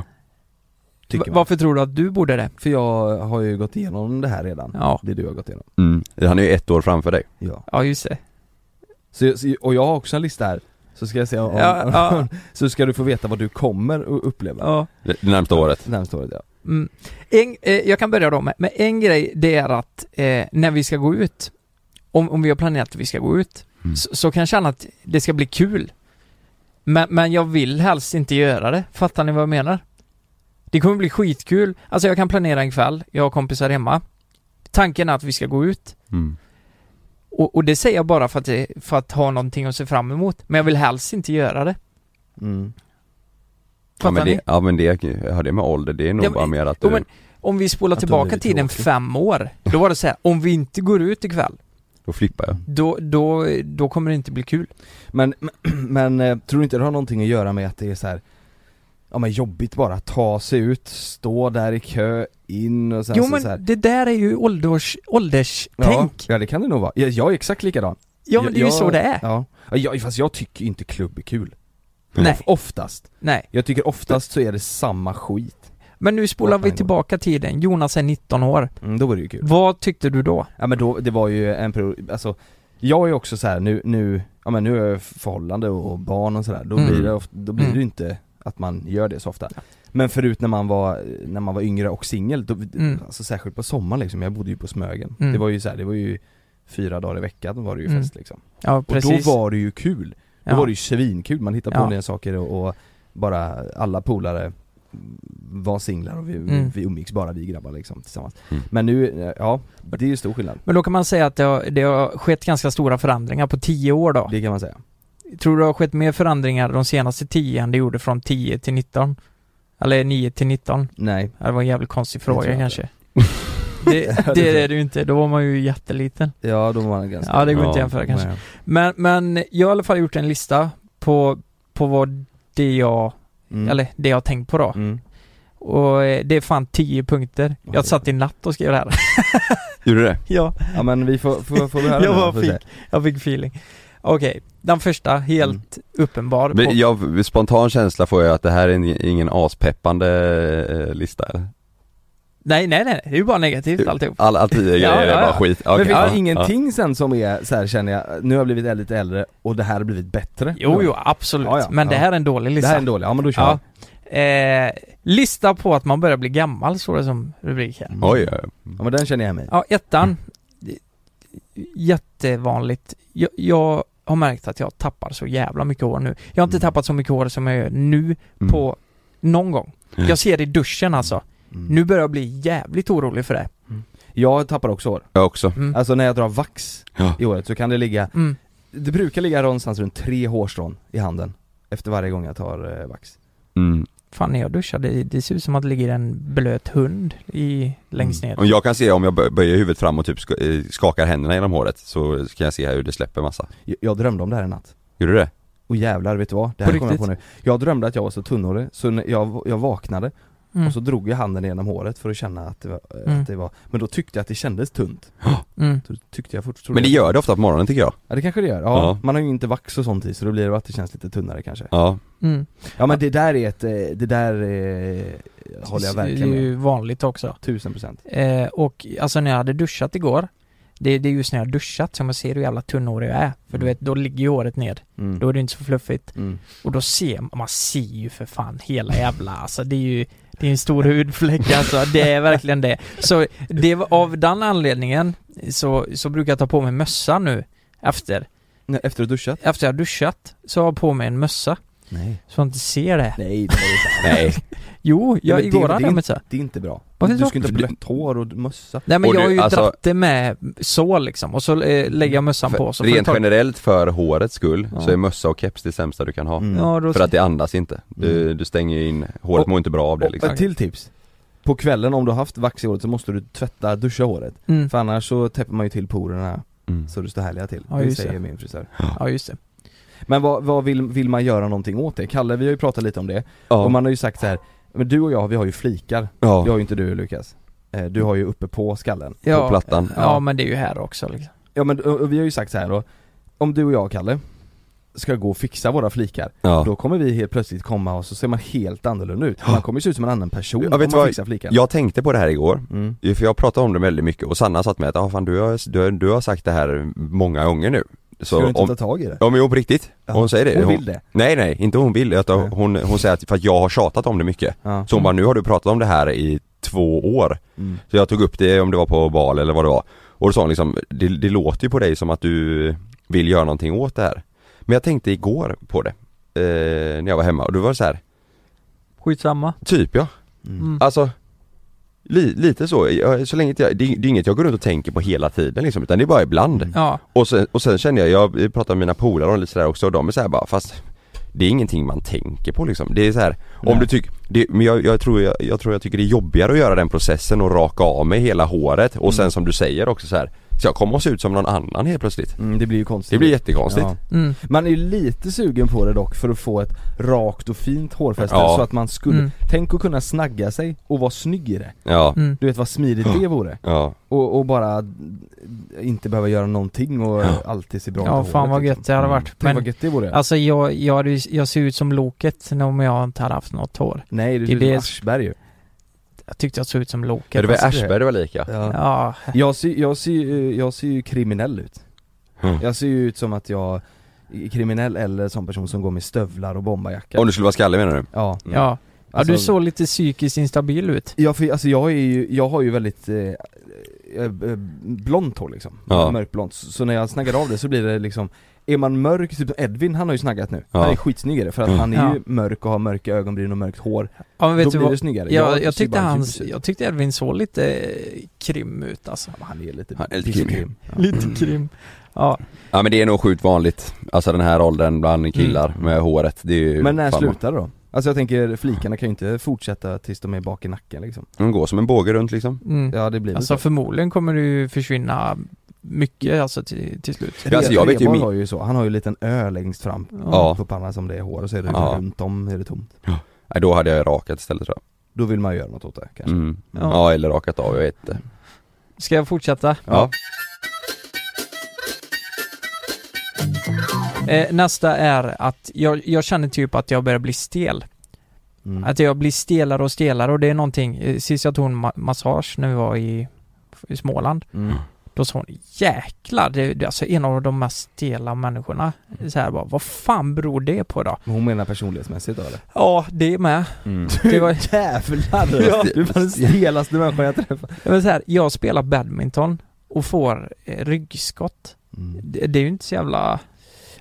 Va- Varför tror du att du borde det?
För jag har ju gått igenom det här redan.
Ja.
Det du har gått igenom.
Mm. Han är ju ett år framför dig.
Ja.
Ja, just det.
Så, så- och jag har också en lista här. Så ska jag se om,
Ja, ja.
Så ska du få veta vad du kommer att uppleva.
Ja.
Det det närmsta året.
Närmsta året ja.
Mm. En, eh, jag kan börja då med, med en grej, det är att eh, när vi ska gå ut, om, om vi har planerat att vi ska gå ut,
Mm.
så, så kan jag känna att det ska bli kul. Men, men jag vill helst inte göra det, fattar ni vad jag menar? Det kommer bli skitkul, alltså jag kan planera en kväll, jag har kompisar hemma. Tanken är att vi ska gå ut,
Mm.
och, och det säger jag bara för att, det- för att ha någonting att se fram emot, men jag vill helst inte göra det.
Mm.
Ja,
Fattar
men
ni?
det, ja men det, ja, det med ålder, det är nog
Ja, men-
bara mer att
Jo,
du,
men om vi spolar
Att de
tillbaka
blir
tiden
tråkiga.
fem år, då var det så här, om vi inte går ut ikväll,
då flippar jag.
då, då, då kommer det inte bli kul.
Men, men eh, tror du inte det har någonting att göra med att det är så här Ja men jobbigt bara, att ta sig ut, stå där i kö, in och sen
jo
Alltså, så,
men
så här,
det där är ju ålders,
ja,
ålderstänk. Ja,
ja det kan det nog vara, jag, jag är exakt likadan
men det är ju
Jag-
så det är.
Ja, ja jag, fast jag tycker inte klubb är kul
Nej.
Of- Oftast,
Nej.
jag tycker oftast så är det samma skit
Men nu spolar
Fattar
vi
ni?
tillbaka tiden, Jonas är 19 år.
mm, Då var det ju kul
Vad tyckte du då?
Ja men då, det var ju en period, alltså Jag är också så här nu, nu, ja men nu är jag förhållande och barn och sådär, då
Mm.
blir det ofta, då blir det
Mm.
ju inte att man gör det så ofta Men förut när man var, när man var yngre och singel, då,
Mm.
alltså särskilt på sommaren liksom, jag bodde ju på Smögen
Mm.
Det var ju så här, det var ju fyra dagar i veckan var det ju
Mm.
fest liksom
Ja
Och
precis.
då var det ju kul, då
ja.
var det ju svinkul, man hittade på
Ja.
nya saker och, och bara alla polare var singlar och vi,
Mm.
vi umgicks bara vi grabbar liksom tillsammans
Mm.
Men nu, ja, det är ju stor skillnad
Men då kan man säga att det har, det har skett ganska stora förändringar på 10 år då.
Det kan man säga
Tror du det har skett mer förändringar de senaste 10 än det gjorde från 10 till 19? Eller 9 till 19?
Nej,
Ja, Det var en jävligt konstig
tror jag
fråga
inte.
kanske. Det,
tror
det är
jag.
det ju inte, då var man ju jätteliten.
ja då var man ganska
Ja, det går
Ja,
inte att jämföra kanske.
Nej.
Men, men jag har i alla fall gjort en lista på, på vad det jag,
Mm.
eller det jag har tänkt på då.
mm.
Och eh, det är fan 10 punkter.
Oj.
Jag satt i natt och skrev det här.
Gjorde du det?
ja,
Ja men vi får, får, får vi höra
jag
nu,
bara
får vi se.
fick, jag fick feeling. Okej, den första,
Mm.
helt uppenbar.
Men
på-
Jag, spontan känsla får jag att det här är en- ingen aspeppande eh, lista eller?
Nej, nej, nej, det är ju bara negativt alltihop.
All, allt vi
Ja,
grejer är
ja,
bara
ja.
skit.
Men
Okej,
finns
ja,
det ingenting sen som är så här känner jag, nu har jag blivit lite äldre och det här har blivit bättre?
Jo, jo, absolut.
Ja, ja,
men det
ja.
här är en dålig
Det
lista.
här är en dålig, ja men då kör
Ja.
ja.
Eh, lista på att man börjar bli gammal, står det som rubrik här.
Ja. Oj, oj, oj.
Mm. ja men den känner jag mig
Ja, ettan. Jättevanligt. Jag, jag har märkt att jag tappar så jävla mycket hår nu. Jag har inte
Mm.
tappat så mycket hår som jag gör nu
Mm.
på någon gång.
Mm.
Jag ser det i duschen alltså.
mm.
Nu börjar jag bli jävligt orolig för det.
Jag tappar också hår,
Jag också.
Mm.
alltså när jag drar vax
Ja.
i håret så kan det ligga,
Mm.
det brukar ligga någonstans runt tre hårstrån i handen efter varje gång jag tar eh, vax
Mm.
Fan, när jag duschar, det, det ser ut som att det ligger en blöt hund i, längst
Mm.
ner.
Och jag kan se Mm. om jag bö- böjer huvudet fram och typ sk- eh, skakar händerna genom håret så kan jag se hur det släpper massa.
Jag, jag drömde om det här i natt
Gjorde du det?
och jävlar vet du vad? Det här
På
kommer jag på nu
riktigt?
Jag drömde att jag var så tunnhårig, så när jag, jag vaknade
Mm.
och så drog jag handen genom håret för att känna att det var, eh,
Mm.
att det var men då tyckte jag att det kändes tunt
Mm.
Så tyckte jag fortfarande
Men det gör det ofta på morgonen tycker jag.
Ja det kanske det gör, ja,
Ja.
man har ju inte vax och sånt i så då blir det att det känns lite tunnare kanske
Ja.
Mm.
Ja men det där är ett, eh, det där eh, håller jag verkligen
Det är
med
ju vanligt också.
Tusen procent
Eh, och alltså när jag hade duschat igår, det, det är just när jag har duschat som jag ser hur jävla tunnhårig jag är.
Mm.
För du vet, då ligger ju håret ner.
mm.
Då är det inte så fluffigt.
mm.
Och då ser man, man ser ju för fan hela jävla, alltså det är ju det är en stor hudfläck alltså, det är verkligen det. Så det var, av den anledningen så, så brukar jag ta på mig mössa nu efter.
Nej, Efter att ha duschat?
Efter jag har duschat så har jag på mig en mössa.
Nej
Så jag inte ser det.
Nej det, är,
Nej.
Jo,
Ja,
jag,
men det-
igår hade
det-
jag mössa.
det är inte bra
Varför
Du
då?
ska inte ha blött hår och mössa
Nej men
Och
jag
du,
har ju
alltså-
dratt det med så liksom och så eh, lägger jag mössan på så får jag
Rent
ta-
generellt för hårets skull
Ja.
så är mössa och keps det sämsta du kan ha.
Mm.
Ja, då
För att det andas inte. Du,
Mm.
du stänger ju in, håret
Och-
mår inte bra av det
och,
liksom.
ett till tips På kvällen om du har haft vax i håret så måste du tvätta, duscha håret
mm.
För annars så täpper man ju till porerna
Mm.
så du står härliga till,
Ja,
det
just
säger
det.
min frisör
Ja just det.
Men vad, vad vill, vill man göra någonting åt det? Kalle, vi har ju pratat lite om det,
Ja.
och man har ju sagt så här, men du och jag vi har ju flikar, det har ju inte du Lukas eh, du har ju uppe på skallen
Ja, Ja, men det är ju här också liksom.
Ja men och- och vi har ju sagt så här då Om du och jag Kalle Ska gå och fixa våra flikar
Ja.
Då kommer vi helt plötsligt komma och så ser man helt annorlunda ut Man kommer ju se ut som en annan person
Ja,
om
vet du
man
vad?
fixar flikar
Jag tänkte på det här igår,
Mm.
ju, för jag pratade om det väldigt mycket och Sanna satt med att ah, fan, du, har, du, har- du har sagt det här många gånger nu
Ska du inte
om,
ta tag i det?
Ja men jo på riktigt,
Ja.
hon säger det
Hon vill det?
Nej nej, inte hon vill, utan hon, hon säger att för att jag har tjatat om det mycket
Ja.
Så hon
Mm.
bara, nu har du pratat om det här i två år
Mm.
Så jag tog upp det om det var på bal eller vad det var Och då sa hon liksom, det, det låter ju på dig som att du vill göra någonting åt det här Men jag tänkte igår på det, eh, när jag var hemma och du var det så här,
Skitsamma.
typ ja
Mm.
Alltså li, Lite så, jag, så länge inte jag, det, är- det är inget jag går runt och tänker på hela tiden liksom, utan det är bara ibland
Ja,
och sen, och sen känner jag, jag pratar med mina polare om lite sådär också och de är såhär bara fast Det är ingenting man tänker på liksom. Det är såhär, om du tycker, det- men jag, jag, tror, jag, jag tror jag tycker det är jobbigare att göra den processen och raka av mig hela håret och sen som du säger också så här. Så jag kommer att se ut som någon annan helt plötsligt.
mm, Det blir ju konstigt
Det blir jättekonstigt.
Ja.
mm.
Man är ju lite sugen på det dock för att få ett rakt och fint hårfäste
Ja.
så att man skulle
Mm.
Tänk att kunna snagga sig och vara snygg i det
Ja.
Mm.
Du vet vad smidigt det vore?
Ja.
Och, och bara inte behöva göra någonting och alltid se bra ut i
ja
håret,
fan vad
liksom.
gött det hade
Mm.
varit.
Tänk
Men
vad gött det vore
alltså jag, jag, hade ju- jag ser ut som Loket när- om jag inte hade haft något hår.
Nej
det
du ser ut som
blir-
Aschberg ju
Jag tyckte jag såg ut som
Ja,
Loket.
det var
passa på
Aschberg det var lika.
ja.
Ja,
jag, ser, jag, ser, jag ser ju kriminell ut
Mm.
Jag ser ju ut som att jag är kriminell eller som person som går med stövlar och bombarjacka
Om du Mm. skulle vara skallig menar du?
Ja,
ja. Ja,
Alltså-
du såg lite psykiskt instabil ut.
Ja för alltså jag är ju, jag har ju väldigt eh, eh, eh, blont hår liksom,
Ja.
mörkblont, så, så när jag snaggar av det så blir det liksom Är man mörk, typ Edvin han har ju snaggat nu,
Ja.
han är skitsnyggare för att
Mm.
han är ju
Ja.
mörk och har mörka ögonbryn och mörkt hår,
Ja, men
då
vet du
blir det
vad?
snyggare
Ja,
ser
jag, tyckte
bara
hans,
ljus ut.
jag tyckte Edvin såg lite eh, krim ut alltså.
Han är lite
Han är lite
diskrim
Lite krim. Ja,
Ja men det är nog sjukt vanligt. Alltså den här åldern bland killar med håret. Det är ju
Men när
fan,
slutar det då? Alltså jag tänker, flikarna kan ju inte fortsätta tills de är bak i nacken liksom
De går som en båge runt liksom.
mm.
Ja det blir väl
Alltså
så.
förmodligen kommer du ju försvinna mycket alltså till, till slut.
Ja, alltså, jag vet ju
Reborg
min-
har ju så, han har ju en liten ö längst fram
Ja.
på pannan som det är hår och så är det
Ja.
runt om är det tomt
Nej, då hade jag rakat istället tror
Då vill man ju göra något åt det kanske
jag. Mm. Ja.
Ja.
eller rakat av, jag vet inte.
Ska jag fortsätta?
Ja.
Eh, nästa är att jag, jag känner typ att jag börjar bli stel.
Mm.
Att jag blir stelare och stelare och det är någonting, eh, sist jag tog en ma- massage när vi var i, i Småland,
Mm.
då sa hon jäklar, det, det är alltså en av de mest stela människorna.
Mm.
Så här bara, vad fan beror det på då?
Men Hon menar personlighetsmässigt då eller?
Ja, det är med.
Mm.
Det var,
Jävlar! Du var den stelaste människan jag träffat
jag, vill säga, här, jag spelar badminton och får eh, ryggskott.
Mm.
Det, det är ju inte så jävla...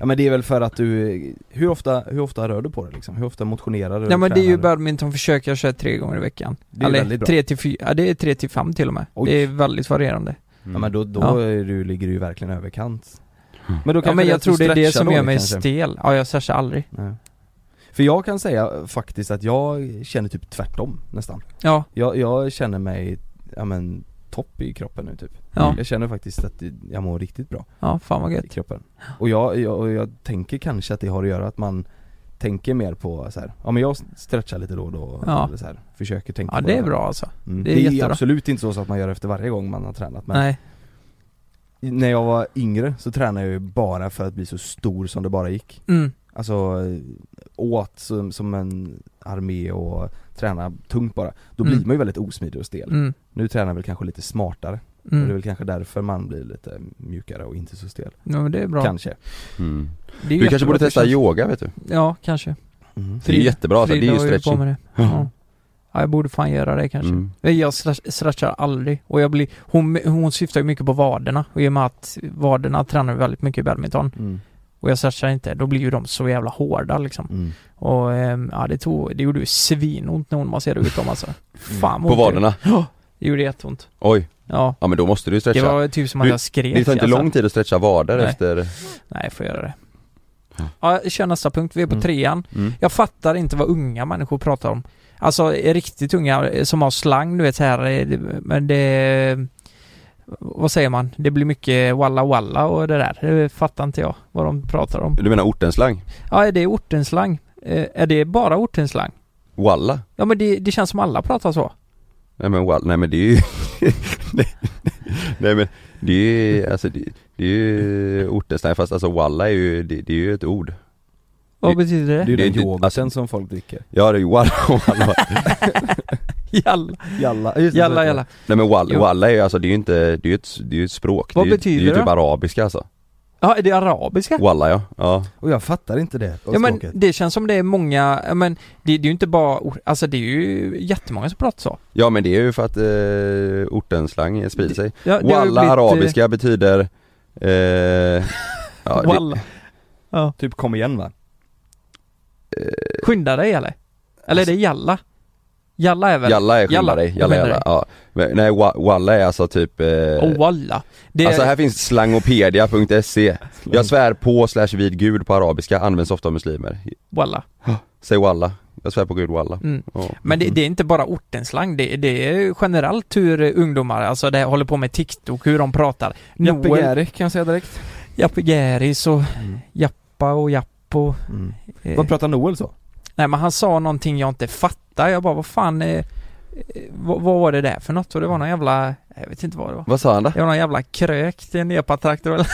Ja men det är väl för att du, hur ofta, hur ofta rör du på dig liksom? Hur ofta motionerar du?
Nej men det är ju
Tränar du?
badminton försöker jag köra tre gånger i veckan.
Det är
Eller
väldigt bra.
tre till fyra, ja, det är tre till fem till och med.
Oj.
Det är väldigt varierande.
Ja men då, då
Ja.
är du, ligger du ju verkligen över kant Men då
Ja,
Mm. kanske
men
är
jag
att du
tror det är det
stretchar
som gör
dåligt
mig
kanske.
stel. Ja, jag stretchar aldrig.
Nej. För jag kan säga eh, faktiskt att jag känner typ tvärtom nästan
Ja,
Jag, jag känner mig, ja men topp i kroppen nu typ
ja,
Jag känner faktiskt att jag mår riktigt bra
ja, fan vad
i
gött.
kroppen Och jag, jag, och jag tänker kanske att det har att göra att man tänker mer på så här, ja men jag stretchar lite då och då
Ja.
eller så här, försöker tänka
Ja,
på
det är bra alltså. Det
Mm. Det
är
är,
jättebra.
absolut inte så, så att man gör efter varje gång man har tränat men
Nej,
När jag var yngre så tränade jag ju bara för att bli så stor som det bara gick
mm,
Alltså eh, åt som, som en armé och träna tungt bara Då
Mm.
blir man ju väldigt osmidig och stel
mm,
Nu tränar jag väl kanske lite smartare och det är
mm.
väl kanske därför man blir lite mjukare och inte så stel
Ja, men det är bra.
Kanske
Mm.
Det är ju
Du kanske
jättebra
borde
att det
testa
känns-
yoga vet du?
Ja, kanske.
mm.
Det är ju
Frid-
jättebra alltså, det är
Frida
ju
var på
stretching.
med det. Ja. ja, jag borde fan göra det kanske.
Mm.
Nej, Jag stretch- stretchar aldrig och jag blir, hon, hon syftar ju mycket på vaderna och i och med att vaderna tränar väldigt mycket i badminton
Mm.
och jag stretchar inte, då blir ju de så jävla hårda liksom.
Mm.
Och ehm, ja, det tog, det gjorde ju svinont när hon masserade ut dem alltså.
Mm.
Fan
Mm. På vaderna?
Det gjorde jätteont.
Oj,
Ja.
ja men då måste du ju
Det
stretcha.
var typ som att
Du-
jag skrek.
Det tar inte
alltså.
lång tid att stretcha vader
Nej.
efter...
Nej, jag får göra det. Ja, jag kör nästa punkt. Vi är på
Mm.
trean.
Mm.
Jag fattar inte vad unga människor pratar om. Alltså eh, riktigt unga eh, som har slang, du vet så här, eh, det- men det... Vad säger man? Det blir mycket walla walla och det där. Det fattar inte jag vad de pratar om.
Du menar ortenslang?
Ja, är det ortenslang? Eh, Är det bara ortenslang?
Walla?
Ja men det, det känns som alla pratar så.
Nej men walla, nej men det är ju... Nej men det är ju, alltså det, det är ju ortenslang fast alltså walla är ju, det, det är ju ett ord
Vad betyder det?
Det är ju den
inte-
yoghurten
alltså-
som folk dricker
Ja det är ju walla, walla.
Jalla.
Jalla, just det, så
Jalla,
heter
jalla.
Nej men walla,
Jo.
walla är ju alltså, det är ju inte, det är ju ett, det är ju ett språk
Vad
det är, ju-
betyder
Det är ju
det?
typ arabiska alltså
Ja, är det arabiska?
Walla ja, ja
det. Och jag fattar inte det
Ja men
språket.
det känns som det är många, ja, men det, det är ju inte bara, or- alltså det är ju jättemånga som pratar så.
Ja men det är ju för att eh, ortenslang sprider sig
Ja, det har ju
Walla
blivit, eh,
arabiska betyder eh, ja, det,
Walla.
Typ kom igen va?
Skynda dig eller? Eller är det jalla? Jalla är väl?
Jalla är skynda
Jalla.
dig, jalla
Skynda
jalla, ja men, Nej wa- walla är alltså typ eh,
Åh walla. Oh, Det,
Alltså här finns slangopedia.se Jag svär på slash vid gud på arabiska, används ofta av muslimer
walla.
Säg walla, jag svär på gud walla
Mm.
Ja.
Men det, det är inte bara ortenslang, det, det är generellt hur ungdomar, alltså det här håller på med TikTok, hur de pratar.
Jeppe
Noel-
Gäri kan jag säga direkt
Jappe Gäris och
Mm.
Jappa och Japp och...
mm.
Eh,
Vad pratar Noel så?
nej men han sa någonting jag inte fattar. Jag bara, vad fan... Eh, eh, vad, vad var det där för något? Och det var någon jävla... Jag vet inte vad det var.
Vad sa han då?
Det var någon jävla krök till en epatraktor eller...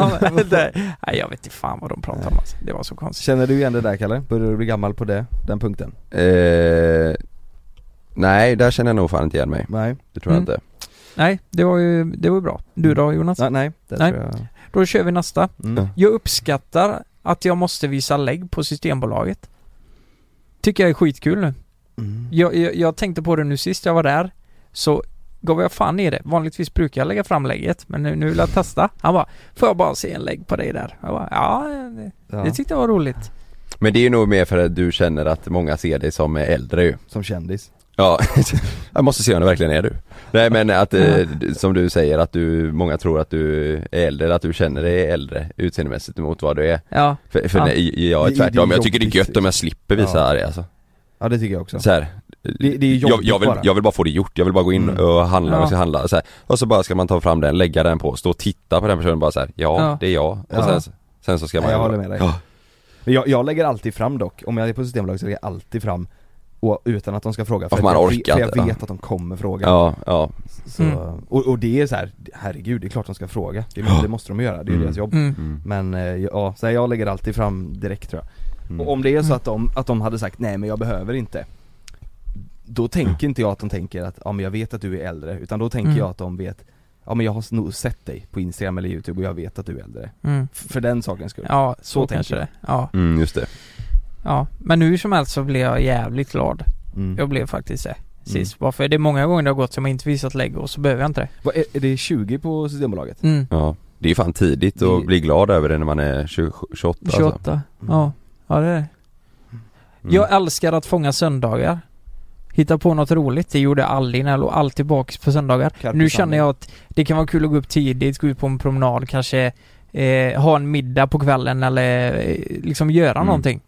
någon- där. nej jag vet inte fan vad de pratade om alltså. Det var så konstigt.
Känner du igen det där Kalle? Börjar du bli gammal på det, den punkten?
Eh, nej, där känner jag nog fan inte igen mig,
Nej,
det tror jag
Mm.
inte
Nej, det var ju det var ju bra. Du då Jonas?
nej, nej, det
Nej.
tror jag
Då kör vi nästa.
mm.
Jag uppskattar att jag måste visa lägg på Systembolaget. Tycker jag är skitkul nu.
Mm.
Jag, jag, jag tänkte på det nu sist jag var där Så gav jag fan i det. Vanligtvis brukar jag lägga fram lägget men nu, nu vill jag testa. Han bara Får jag bara se en lägg på dig där? Jag bara, ja, det,
Ja,
det tyckte jag var roligt.
Men det är ju nog mer för att du känner att många ser dig som äldre ju
som kändis
Ja, jag måste se om det verkligen är du Nej men att, eh, som du säger att du, många tror att du är äldre, eller att du känner dig äldre utseendemässigt mot vad du är
Ja,
För, för
Ja.
nej, jag
Det-
är
det är
tvärtom, jag tycker det är
jobbigt.
gött om jag slipper visa
Ja.
det alltså
Ja det tycker jag också
så här,
Det- det är jobbigt
jag, jag, vill,
bara.
jag vill bara få det gjort, jag vill bara gå in
Mm.
och handla,
Ja.
jag ska handla så här. Och så bara ska man ta fram den, lägga den på, stå och titta på den personen bara så här, ja,
Ja.
det är jag och
Ja.
sen, sen så ska
Nej,
man
jag håller med dig.
Ja.
Men jag, jag lägger alltid fram dock, om jag är på Systembolaget så lägger jag alltid fram och, utan att de ska fråga
Ja, för
att
man
jag,
orkar
för jag
inte.
vet att de kommer fråga
Ja, ja,
så,
Mm.
och, och det är så här, herregud det är klart de ska fråga, det, det måste de göra, det är ju
Mm.
deras jobb
mm.
mm.
Men eh, ja, så här, jag lägger alltid fram direkt tror jag
Mm.
Och om det är så att de, att de hade sagt nej men jag behöver inte Då tänker inte jag att de tänker att, ja men jag vet att du är äldre, utan då tänker
Mm.
jag att de vet Ja men jag har nog sett dig på Instagram eller Youtube och jag vet att du är äldre
Mm.
F- För den sakens skull
ja så,
Så
kanske
tänker
det. Ja,
Mm, just det
ja. Men nu som helst så blev jag jävligt glad.
Mm.
Jag blev faktiskt det. Sist. Bara för det är många gånger det har gått som jag inte visat lägg och så behöver jag inte det.
Vad är, är det 20 på Systembolaget?
Mm.
Ja, det är ju fan tidigt att
Det-
bli glad över det när man är 20, 28
28.
Alltså.
Ja, ja det är det.
Mm.
Jag älskar att fånga söndagar. Hitta på något roligt. Det gjorde jag aldrig när jag låg alltid bakis på söndagar.
Carpe
nu
Sunday.
känner jag att det kan vara kul att gå upp tidigt, gå ut på en promenad kanske eh, ha en middag på kvällen eller eh, liksom göra
Mm.
någonting.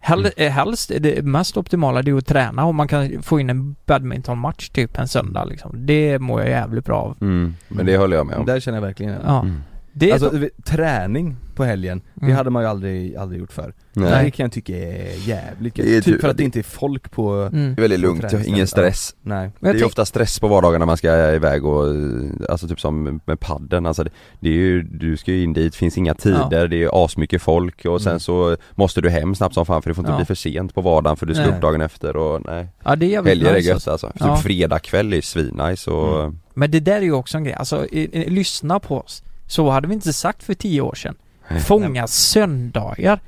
Hell, eh, helst, det mest optimala det är att träna om man kan få in en badmintonmatch typ en söndag liksom. Det mår jag jävligt bra av.
Mm. Men det håller jag med om
Där känner jag verkligen igen.
Ja.
Mm.
Det är
Alltså
to-
vi- träning på helgen, det
Mm.
hade man ju aldrig, aldrig gjort förr
Nej.
Det kan jag tycka är jävligt
Det är
gött,
tur-
typ för att det inte är folk på,
mm.
Det är väldigt lugnt, ingen stress
nej
Men jag
det är
tänk-
ofta stress på vardagarna när man ska iväg och, eh, alltså typ som med padden alltså det, det är ju, du ska ju in dit, finns inga tider, det är asmycket folk och sen
Mm.
så måste du hem snabbt som fan för det får inte
Ja.
bli för sent på vardagen för du ska
Nej.
upp dagen efter och nej
Ja det är jävligt
Helger är
nice,
gött
alltså.
alltså, typ
Ja.
fredagkväll är ju svinnice och
Men det där är ju också en grej, alltså i- i- lyssna på oss. Så hade vi inte sagt för tio år sedan.
Eh,
Mm. Fånga söndagar.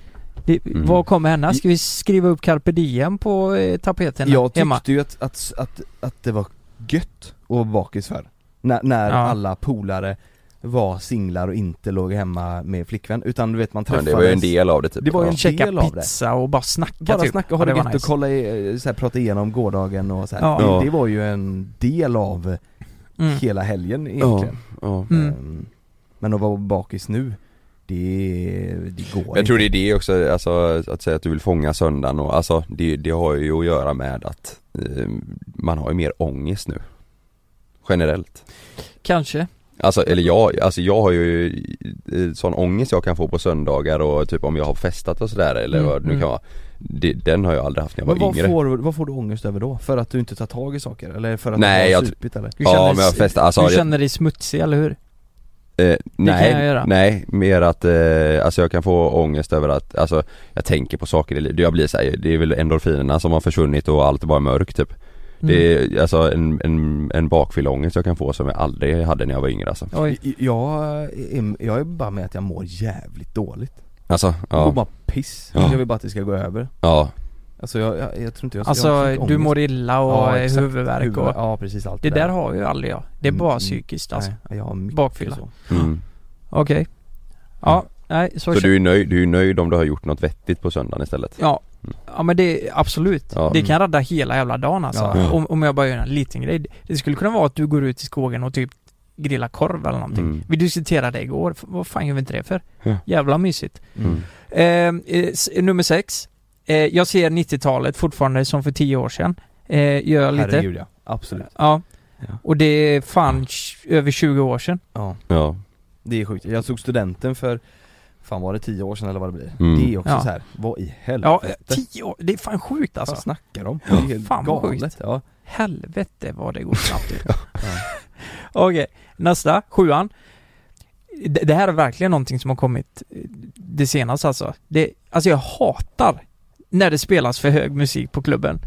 Det,
Mm.
Vad kommer hända? Ska vi skriva upp carpe diem på eh, tapeterna
Jag
hemma?
tyckte ju att, att, att, att det var gött att vara bakis förr När, när
Ja.
alla polare var singlar och inte låg hemma med flickvän, utan du vet man
ja, men
träffades
det var ju en del av det typ
Det var ju en
Käka
del av det
pizza och bara snacka
Bara
typ.
snacka, ha det
var
gött och kolla, i- eh, så här, prata igenom gårdagen och så här.
Ja.
Det,
Ja.
det var ju en del av
Mm.
hela helgen
ja,
egentligen
ja.
Mm.
Ehm, Men att vara bakis nu, det, det går
Men jag tror det är det också, alltså att säga att du vill fånga söndagen och alltså det, det har ju att göra med att eh, man har ju mer ångest nu Generellt
Kanske.
Alltså, eller jag, alltså jag har ju eh, sån ångest jag kan få på söndagar och typ om jag har festat och sådär eller
Mm,
vad det nu
mm.
kan vara det, den har jag aldrig haft när jag
Men
var
vad
yngre
får, du- vad får du ångest över då? För att du inte tar tag i saker? Eller för att
Nej,
du har
jag-
supit eller?
Du Ja, känner- men jag festar- alltså,
du
jag-
känner dig smutsig, eller hur?
Eh, nej,
jag göra.
nej, mer att eh, alltså jag kan få ångest över att, alltså jag tänker på saker i livet. Jag blir såhär, det är väl endorfinerna som har försvunnit och allt är bara mörkt typ.
Mm.
Det är alltså en, en, en bakfylleångest jag kan få som jag aldrig hade när jag var yngre alltså.
I- Jag, är, jag är bara med att jag mår jävligt dåligt
Alltså,
Jag mår
ja.
bara piss,
Ja.
jag vill bara att det ska gå över
Ja,
Alltså jag, jag, jag tror inte jag
Alltså,
jag har fått
du
ångest.
mår illa och är
exakt.
huvudvärk och-
Huvudvärk, Ja precis allt
Det där har ju aldrig jag. Det är bara psykiskt alltså.
Nej, jag har mycket
Bakfylla.
så.
Mm.
Okej.
Mm.
Ja, nej så,
Så du är nöjd, du är nöjd om du har gjort något vettigt på söndagen istället?
Ja. Ja men det, absolut.
Ja.
Det kan rädda hela jävla dagen alltså.
Ja.
Om, om jag bara gör en liten grej. Det skulle kunna vara att du går ut i skogen och typ grillar korv eller någonting.
Mm.
Vi diskuterade det igår. F- Vad fan gör vi inte det för?
Ja.
Jävla mysigt.
Mm.
Eh, eh, s- nummer sex. Eh, jag ser 90-talet fortfarande som för 10 år sedan. Eh, gör lite.
Herregud ja, absolut
Ja. Och det är fan tj- över 20 år sedan.
Ja,
Ja,
det är sjukt. Jag såg studenten för, fan var det 10 år sedan eller vad det blir?
Mm.
Det är också
Ja.
så här. vad i
Ja,
helvete?
10 år. Det är fan sjukt alltså.
Vad snackar de? Det är helt
Fan, vad
galet ja.
Helvete vad det går snabbt ut. Okej, nästa, sjuan. Det, det här är verkligen någonting som har kommit eh, det senaste alltså. Det, alltså jag hatar när det spelas för hög musik på klubben.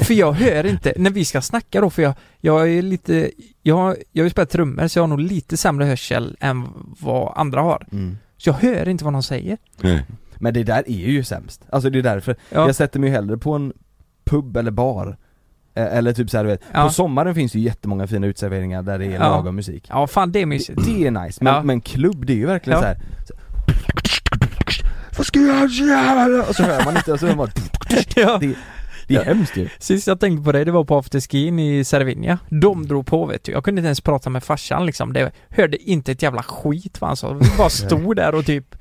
för jag hör inte, när vi ska snacka då, för jag, jag är lite, jag, har- jag har ju spelat trummor så jag har nog lite sämre hörsel än vad andra har.
Mm.
Så jag hör inte vad någon säger.
Men det där är ju sämst, alltså det är därför
Ja.
Jag sätter mig ju hellre på en pub eller bar Eh, Eller typ såhär du vet,
Ja.
på sommaren finns det ju jättemånga fina utserveringar där det är
Ja.
lagom musik
Ja, fan det är mysigt.
Det är nice, men,
Ja.
men klubb det är ju verkligen
Ja.
så här. Vad ska jag göra? Och så hör man inte, och så hör man
ja.
det, det är hemskt ju
Sist jag tänkte på det, det var på afterskin i Cervinia. De drog på vet du. Jag kunde inte ens prata med farsan liksom. Det hörde inte ett jävla skit vad han sa. Vi bara stod där och typ,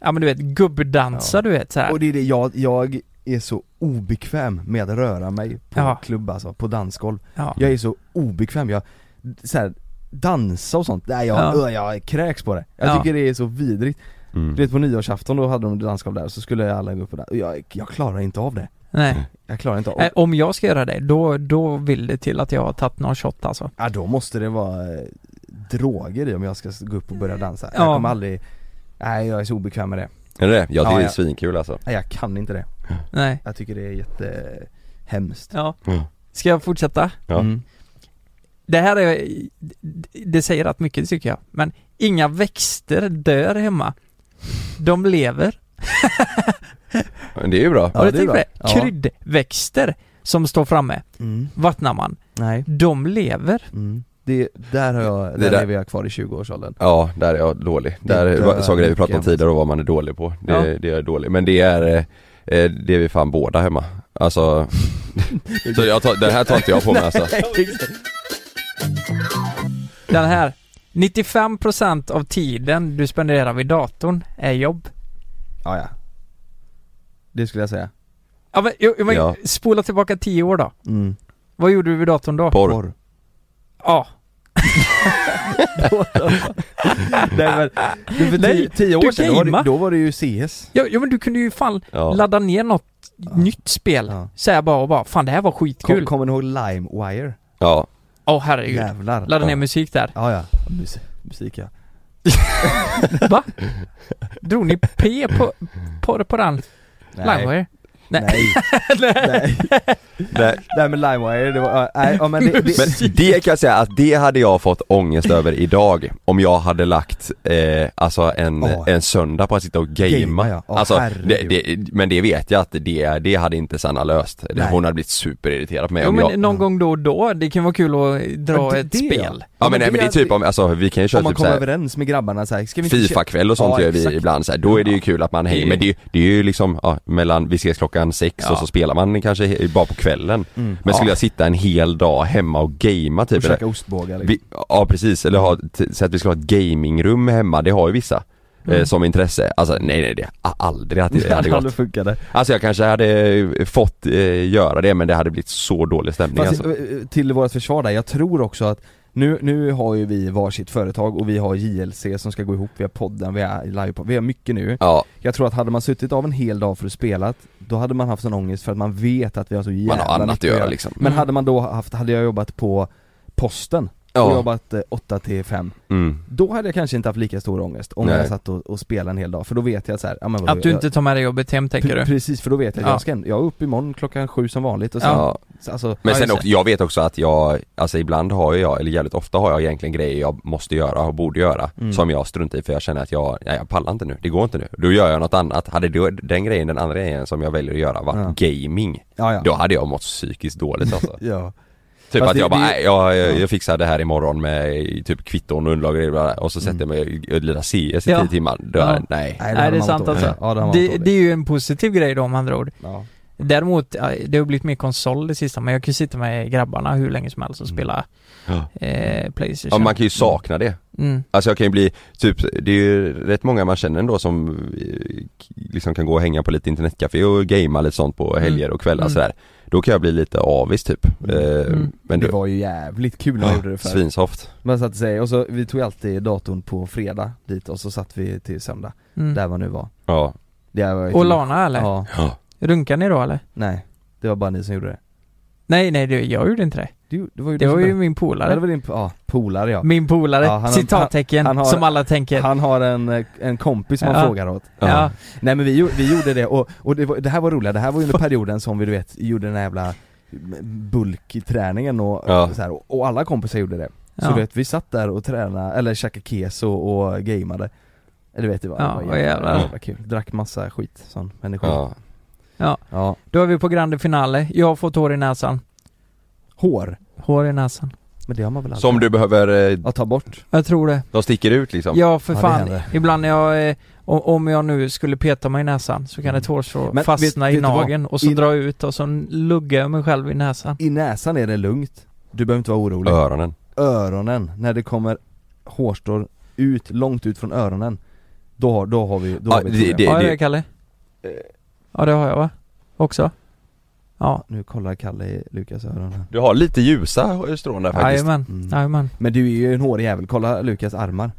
ja men du vet, gubbdansa
Ja.
du vet så här.
Och det är det, jag, jag är så obekväm med att röra mig på
Ja.
klubb alltså, på dansgolv
Ja.
Jag är så obekväm, jag, så här, dansa och sånt, nej jag,
Ja.
ö, jag kräks på det Jag
Ja.
tycker det är så vidrigt
Mm.
Du vet på nyårsafton då hade de dansgolv där, så skulle alla gå upp och dansa, och jag, jag klarar inte av det
Nej.
Jag klarar inte av
Eh, Om jag ska göra det, då, då vill det till att jag har tagit någon shot alltså.
Ja då måste det vara eh, droger i om jag ska gå upp och börja dansa
Ja.
Jag kommer aldrig, nej jag är så obekväm med det
är det det? Ja det
Ja,
är
ja.
svinkul alltså.
Nej jag kan inte det,
Nej.
jag tycker det är jättehemskt
Ja.
Mm.
Ska jag fortsätta?
Ja.
Mm.
Det här är, det säger rätt mycket tycker jag. Men inga växter dör hemma. De lever.
Men det är ju bra.
Ja,
har du
det är
tänkt på
bra.
det?
Ja.
Kryddväxter som står framme,
Mm.
vattnar man.
Nej,
De lever.
mm. det, där har jag,
Det
där,
där-
lever jag kvar i 20-årsåldern
Ja, där är jag dålig.
Det
Där
dör
var- sa grejer vi pratade om
mycket.
tidigare och vad man är dålig på. Det,
Ja.
det är jag dålig. Men det är, eh, eh, det är vi fan båda hemma. Alltså, så jag tar, den här tar inte jag på mig alltså.
Den här. 95% av tiden du spenderar vid datorn är jobb.
Ja, ja. Det skulle jag säga
Ja, men, jo, men,
Ja.
Spola tillbaka 10 år då.
mm.
Vad gjorde du vid datorn då?
Porr.
Porr.
Ja.
Nej men, du, för
Nej,
tio, tio år
du
sedan, då var, det,
gamea.
då var det ju CS
Ja, ja men du kunde ju fan
Ja.
ladda ner något nytt spel.
Ja.
Säga bara och bara, fan det här var
Kom,
skitkul.
Kommer ni ihåg LimeWire?
Ja.
Åh herregud.
Jävlar
Ladda ner
Ja.
musik där.
Ja ja, Mus- musik ja
Va? Drog ni P på, på, på den? Langware? Nej.
Nej, nej,
Nej,
nej men LimeWire, det var, nej ja, men det, det,
Men det kan jag säga att det hade jag fått ångest över idag om jag hade lagt eh, alltså en,
Ja.
en söndag på att sitta och gamea.
Gamea, ja. Ja,
alltså, det,
herregud.
det, men det vet jag att det, det hade inte Sanna löst.
Nej.
Hon hade blivit superirriterad på mig
Jo
om
men
jag
någon gång då och då, det kan vara kul att dra
Ja, det-
ett
det, ja.
spel.
Ja men, nej, men det är typ om, alltså vi kan ju köra
Om man
typ
kommer
såhär
överens med grabbarna så här, ska vi inte kö-
Fifa-kväll och sånt
Ja,
gör vi
exakt.
ibland så här. då är det ju kul att man hänger, men det är, ju- det är ju liksom, ja, mellan, vi ses klockan sex
Ja.
och så spelar man kanske he- bara på kvällen
Mm.
Men skulle
Ja.
jag sitta en hel dag hemma och gamea typ
och
eller,
käka ostbågar liksom.
vi, Ja precis, eller ha, t- så att vi ska ha ett gamingrum hemma, det har ju vissa eh,
Mm.
Som intresse, alltså nej nej det, a- aldrig att det hade
Det
gått
funkade.
Alltså jag kanske hade eh, fått eh, göra det men det hade blivit så dålig stämning
Fast,
alltså.
eh, Till vårt försvar där, jag tror också att nu, nu har ju vi varsitt företag och vi har JLC som ska gå ihop, vi har podden, vi har livepodd, vi har mycket nu
Ja.
Jag tror att hade man suttit av en hel dag för att spela, då hade man haft sån ångest för att man vet att vi har så jävla
har annat
mycket
att göra, liksom.
Men
Mm.
hade man då haft, hade jag jobbat på posten
Ja.
och jobbat 8 till 5
Mm.
Då hade jag kanske inte haft lika stor ångest om
Nej.
jag satt och, och spelade en hel dag, för då vet jag att så här, ja, men vad-
Att du
jag-
inte tar med dig jobbet hem tänker
Pre-
du?
Precis, för då vet jag att
Ja.
jag ska, ändå- jag är uppe imorgon klockan sju som vanligt och sen,
Ja.
så- alltså,
Men
ja,
sen
just
också,
det.
jag vet också att jag, alltså ibland har ju jag, eller jävligt ofta har jag egentligen grejer jag måste göra och borde göra
Mm.
Som jag struntar i för jag känner att jag, nej jag pallar inte nu, det går inte nu Då gör jag något annat, hade då, den grejen, den andra grejen som jag väljer att göra var gaming
Ja, ja.
Då hade jag mått psykiskt dåligt alltså
Ja.
Typ
Fast
att
det-
jag bara,
det-
nej jag, jag,
Ja.
jag fixar det här imorgon med typ kvitton och underlag och grejer bla, bla, och så sätter jag mig och lirar CS i
Ja.
tio timmar, då,
Ja.
nej
Nej,
Nej det är
hade man
sant
varit
alltså.
dålig. Ja, det hade man varit
Det,
dålig.
det är ju en positiv grej då med andra ord.
Ja.
Däremot, ja, det har blivit mer konsol det sista, men jag kan ju sitta med grabbarna hur länge som helst
Mm.
och spela
Ja.
eh, Playstation.
Ja, man kan ju sakna det
Mm.
Alltså jag kan ju bli, typ, det är ju rätt många man känner ändå som eh, k- liksom kan gå och hänga på lite internetcafé och gamea lite sånt på helger och kvällar
Mm.
sådär Då kan jag bli lite avis typ Eh,
Mm.
Men
det
det,
var ju jävligt kul när man
ja,
gjorde det förr
svinsoft
Man satt sig, och så, vi tog alltid datorn på fredag dit och så satt vi till söndag,
Mm.
där vad nu var
Ja,
det var ju-
Och Lana eller?
Ja,
ja.
Runkar ni då eller?
nej, det var bara ni som gjorde det
Nej, nej, det, jag gjorde inte det.
du, Det var ju,
Det
du
var
som
ju
började.
min
Ja, det
polare.
var din, ja, polare ja
Min polare,
Ja, han har-
citattecken,
han har-
som alla tänker.
Han har en, eh, en kompis som
Ja.
han frågar åt
ja.
Nej men vi, gjo- vi gjorde det och, och det, var, det här var roligt, det här var ju under perioden som vi du vet gjorde den här jävla bulkträningen och,
Ja.
och så här, och, och alla kompisar gjorde det Så
Ja.
du vet, vi satt där och tränade, eller käkade keso och gamade Du vet det var,
Ja,
det
vad jävlar.
jävla kul, drack massa skit sån människa Ja,
ja.
ja.
Då är vi på grande finale. Jag har fått hår i näsan.
Hår,
Hår i näsan.
men det har man väl alltid?
Som du behöver, eh,
Att ta bort?
Jag tror det.
de sticker ut liksom
Ja, för
Ja, det
fan.
händer.
Ibland när jag, eh, o- om jag nu skulle peta mig i näsan så kan ett hårstrå
Mm. Men
fastna
vet-
i
vet du vad?
nageln och så
I-
dra ut och så luggar jag mig själv i näsan.
I näsan är det lugnt, du behöver inte vara orolig
öronen
Öronen, när det kommer hårstrån ut, långt ut från öronen Då, har- då har vi, då
Ja,
har vi ett
det-
problem.
det-
har jag det Kalle? Ja det har jag va? Också? Ja.
Nu kollar Kalle i Lukas öron här.
Du har lite ljusa strån där faktiskt
Jajamän.
Mm.
Jajamän.
Men du är ju en hårig jävel, kolla Lukas armar,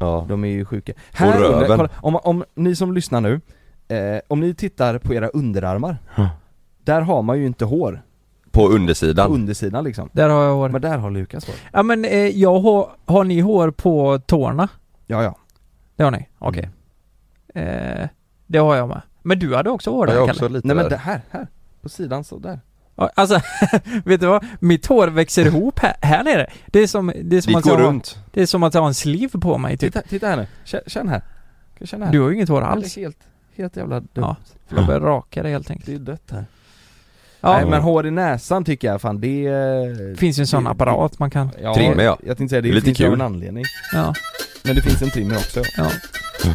Ja,
de är ju sjuka Här under,
röven.
kolla, om, om ni som lyssnar nu, eh, om ni tittar på era underarmar
Ja.
Där har man ju inte hår,
på
på
undersidan
undersidan liksom
Där har jag hår.
Men där har Lukas hår
ja men eh, jag har, har ni hår på tårna?
Ja ja,
Det har ni? Okej. Eh, det har jag med. Men du hade också hår
Ja, jag
där
har
Kalle?
också lite
nej men
där.
det här, här, på sidan så där
Ja, Alltså, vet du vad? Mitt hår växer ihop här, här nere. Det är som, det är som
Dit
att jag
går
har,
runt
det är som att jag har en sleeve på mig typ.
Titta, titta här nu, känn, känn här, kan du känna här?
Du har ju inget hår
Det är
alls.
helt, helt jävla dumt,
Ja. Jag börjar raka det helt enkelt.
det är dött här
Ja,
Nej men hår i näsan tycker jag fan det
det
är...
finns ju en sån
det-
apparat man kan...
Ja,
Trimmer, ja.
Jag tänkte säga det,
Det är lite
finns ju av
kul.
en anledning
Ja,
Men det finns en trimmer också ja.
ja.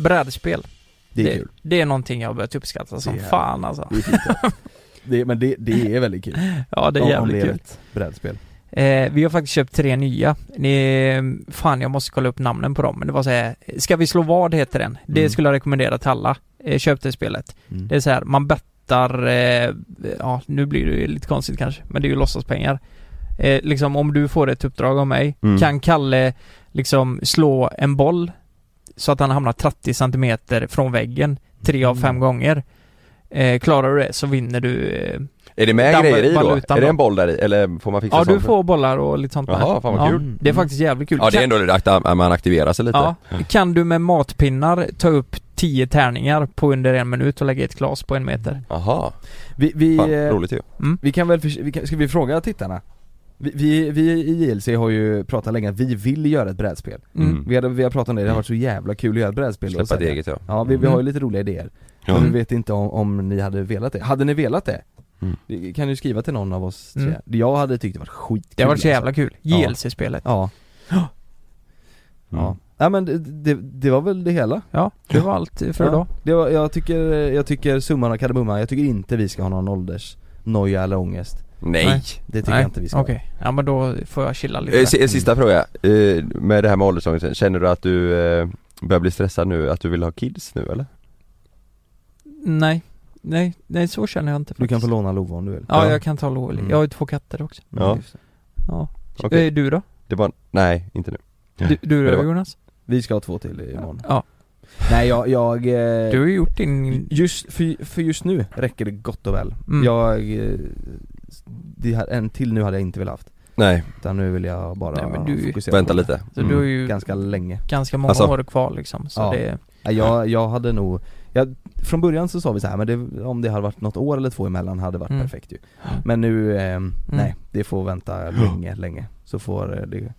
Brädspel.
Det är kul
Det är någonting jag har börjat uppskatta som
Det är-
fan alltså.
Det är fint ja. det, Men det, det är väldigt kul
Ja, det är
Om- om
jävligt
är
kul.
rätt Brädspel
Eh, vi har faktiskt köpt tre nya. Ni, fan, jag måste kolla upp namnen på dem. Men det var så här, Ska vi slå vad heter den. Det
Mm.
skulle jag rekommendera till alla. Eh, köp det spelet.
Mm.
Det är så här, man bettar, eh, ja nu blir det ju lite konstigt kanske, men det är ju låtsaspengar. Eh, liksom om du får ett uppdrag av mig,
Mm.
kan Kalle liksom slå en boll så att han hamnar 30 centimeter från väggen, tre av fem
Mm.
gånger. Eh, klarar du det så vinner du eh,
Är det med
Damp-
grejer i då?
valutan
Är det
då.
en boll där i? Eller får man fixa
Ja
sånt
du får bollar och lite sånt
Jaha, fan vad
ja, Mm.
kul.
Det är faktiskt jävligt kul.
Ja det är
Kan-
ändå att att man aktiverar sig lite
Ja, kan du med matpinnar ta upp 10 tärningar på under en minut och lägga i ett glas på en meter?
Jaha,
Vi, vi,
fan
eh,
roligt ju
vi kan väl, förs- vi kan, ska vi fråga tittarna? Vi, vi, vi i JLC har ju pratat länge, att vi vill göra ett brädspel
Mm.
Mm.
vi, hade, vi har pratat om det, det har varit så jävla kul att göra ett brädspel och
Släppa
så
ett
här.
eget ja Mm.
Ja vi, vi
Mm.
har ju lite roliga idéer,
Ja.
men vi vet inte om, om ni hade velat det. Hade ni velat det?
Mm.
Det Kan du skriva till någon av oss tre?
Mm.
Jag hade tyckt det var skitkul
Det har varit så
alltså.
jävla kul.
Ja.
JLC-spelet.
Ja,
Mm.
ja. Nej men det, det, det var väl det hela
Ja, det var allt för
Ja.
idag.
Det var, jag tycker, jag tycker summan av kardemumman, jag tycker inte vi ska ha någon ålders noja eller ångest
Nej!
Nej.
Det tycker jag inte vi ska ha.
Okej, ja men då får jag chilla
Eh,
lite.
si- eh, Sista fråga, Eh, med det här med åldersångesten, känner du att du eh, börjar bli stressad nu, att du vill ha kids nu eller?
Nej, nej, nej så känner jag inte
Du kan
faktiskt.
få låna Lova om du vill
Ja, jag kan ta Lovely.
Mm.
Jag har ju två katter också.
Mm,
Ja.
just det.
Ja.
Okej.
Eh, Du då?
Det var, nej inte nu
Du, du
Men det
då
var-
Jonas?
Vi ska ha två till imorgon.
Ja.
Nej jag, jag eh,
Du har ju gjort din...
Just, för, för just nu räcker det gott och väl.
Mm.
Jag, eh, det här, en till nu hade jag inte velat haft.
Nej,
Utan nu vill jag bara
Nej, men du-
fokusera
vänta
på det.
lite
Så du har
Mm,
ju
Ganska länge.
ganska många
Alltså-
år kvar liksom, så
Ja.
det...
Nej, Jag, jag hade nog, jag, från början så sa vi så här, men det, om det hade varit något år eller två emellan hade det varit
Mm.
perfekt ju. Men nu, eh, nej
Mm.
det får vänta länge, länge. Så får eh, det,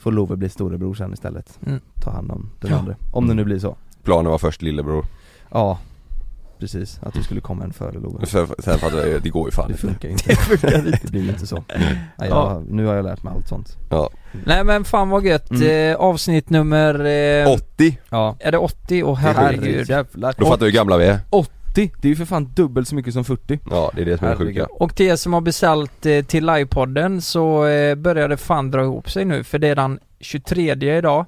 får Love bli storebror sen istället.
Mm.
Ta hand om den
Ja.
andra. Om det nu blir så.
Planen var först lillebror,
Ja, precis. Att du skulle komma en före Love.
sen, sen fattade jag ju, det går ju fan
Det
inte
funkar ju inte. Det funkar inte. Det blir ju inte så. Nej, jag, nu har jag lärt mig allt sånt.
Ja,
Nej men fan vad gött,
Mm.
eh, avsnitt nummer...
Ehm,
Eh,
80!
Ja.
Är det 80? Och herregud.
Jävlar.
Då fattar vi hur gamla vi är
80! Det är ju för fan dubbelt så mycket som 40.
Ja, det är det som är det sjuka
Herregud.
Och till er som har beställt eh, till livepodden så eh, börjar det fan dra ihop sig nu för det är den 23 idag.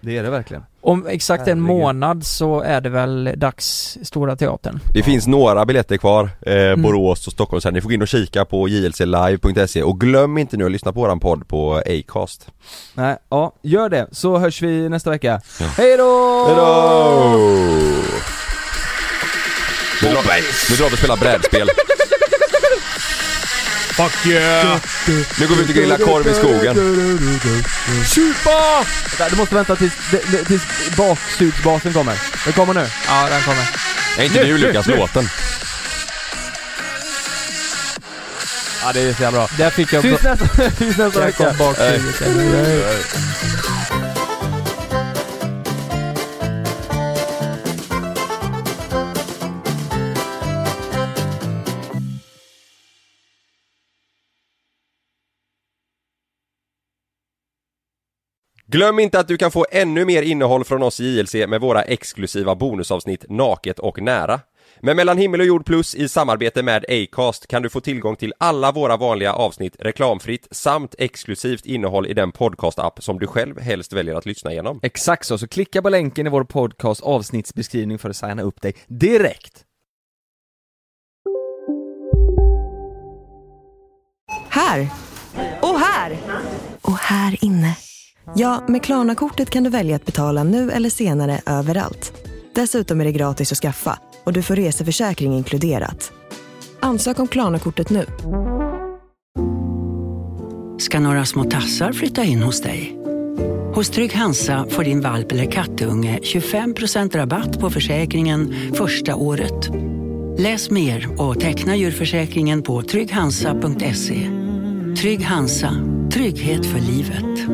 Det är det verkligen.
Om exakt en
Herregud.
månad så är det väl dags Stora Teatern.
Det finns några biljetter kvar, eh,
Mm.
Borås och Stockholm sen. Ni får gå in och kika på jlclive.se och glöm inte nu att lyssna på våran podd på Acast
Nej, ja, gör det. Så hörs vi nästa vecka.
Hej då!
Hejdå! Nu drar, nu drar vi och spelar brädspel
Fuck yeah!
Nu går vi ut och grillar korv i skogen
Supa! Vänta, Du måste vänta tills, de- de- tills baksugsbasen kommer. Den kommer nu.
Ja, den kommer.
Är inte du Lukas låten?
Ja, det är så jävla bra.
Där fick jag...
Tills nästa, tills nästa
Där
vecka. Eh.
kom baksuget.
Glöm inte att du kan få ännu mer innehåll från oss i JLC med våra exklusiva bonusavsnitt Naket och nära. Med Mellan himmel och jord plus i samarbete med Acast kan du få tillgång till alla våra vanliga avsnitt reklamfritt samt exklusivt innehåll i den podcast-app som du själv helst väljer att lyssna igenom.
Exakt så, så klicka på länken i vår podcast avsnittsbeskrivning för att signa upp dig direkt.
Här! Och här! Och här inne. Ja, med Klarna-kortet kan du välja att betala nu eller senare överallt. Dessutom är det gratis att skaffa och du får reseförsäkring inkluderat. Ansök om Klarna-kortet nu.
ska några små tassar flytta in hos dig. Hos Trygg Hansa får din valp eller kattunge 25% rabatt på försäkringen första året. Läs mer och teckna djurförsäkringen på trygghansa.se. Trygg Hansa, trygghet för livet.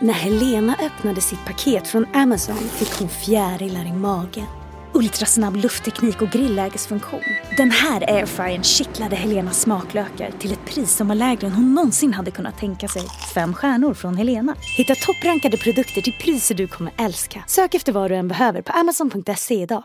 När Helena öppnade sitt paket från Amazon fick hon fjärilar i magen. Ultrasnabb luftteknik och grillägesfunktion. Den här airfryern kittlade Helenas smaklökar till ett pris som var lägre än hon någonsin hade kunnat tänka sig. Fem stjärnor från Helena. Hitta topprankade produkter till priser du kommer älska. Sök efter vad du än behöver på amazon.se idag.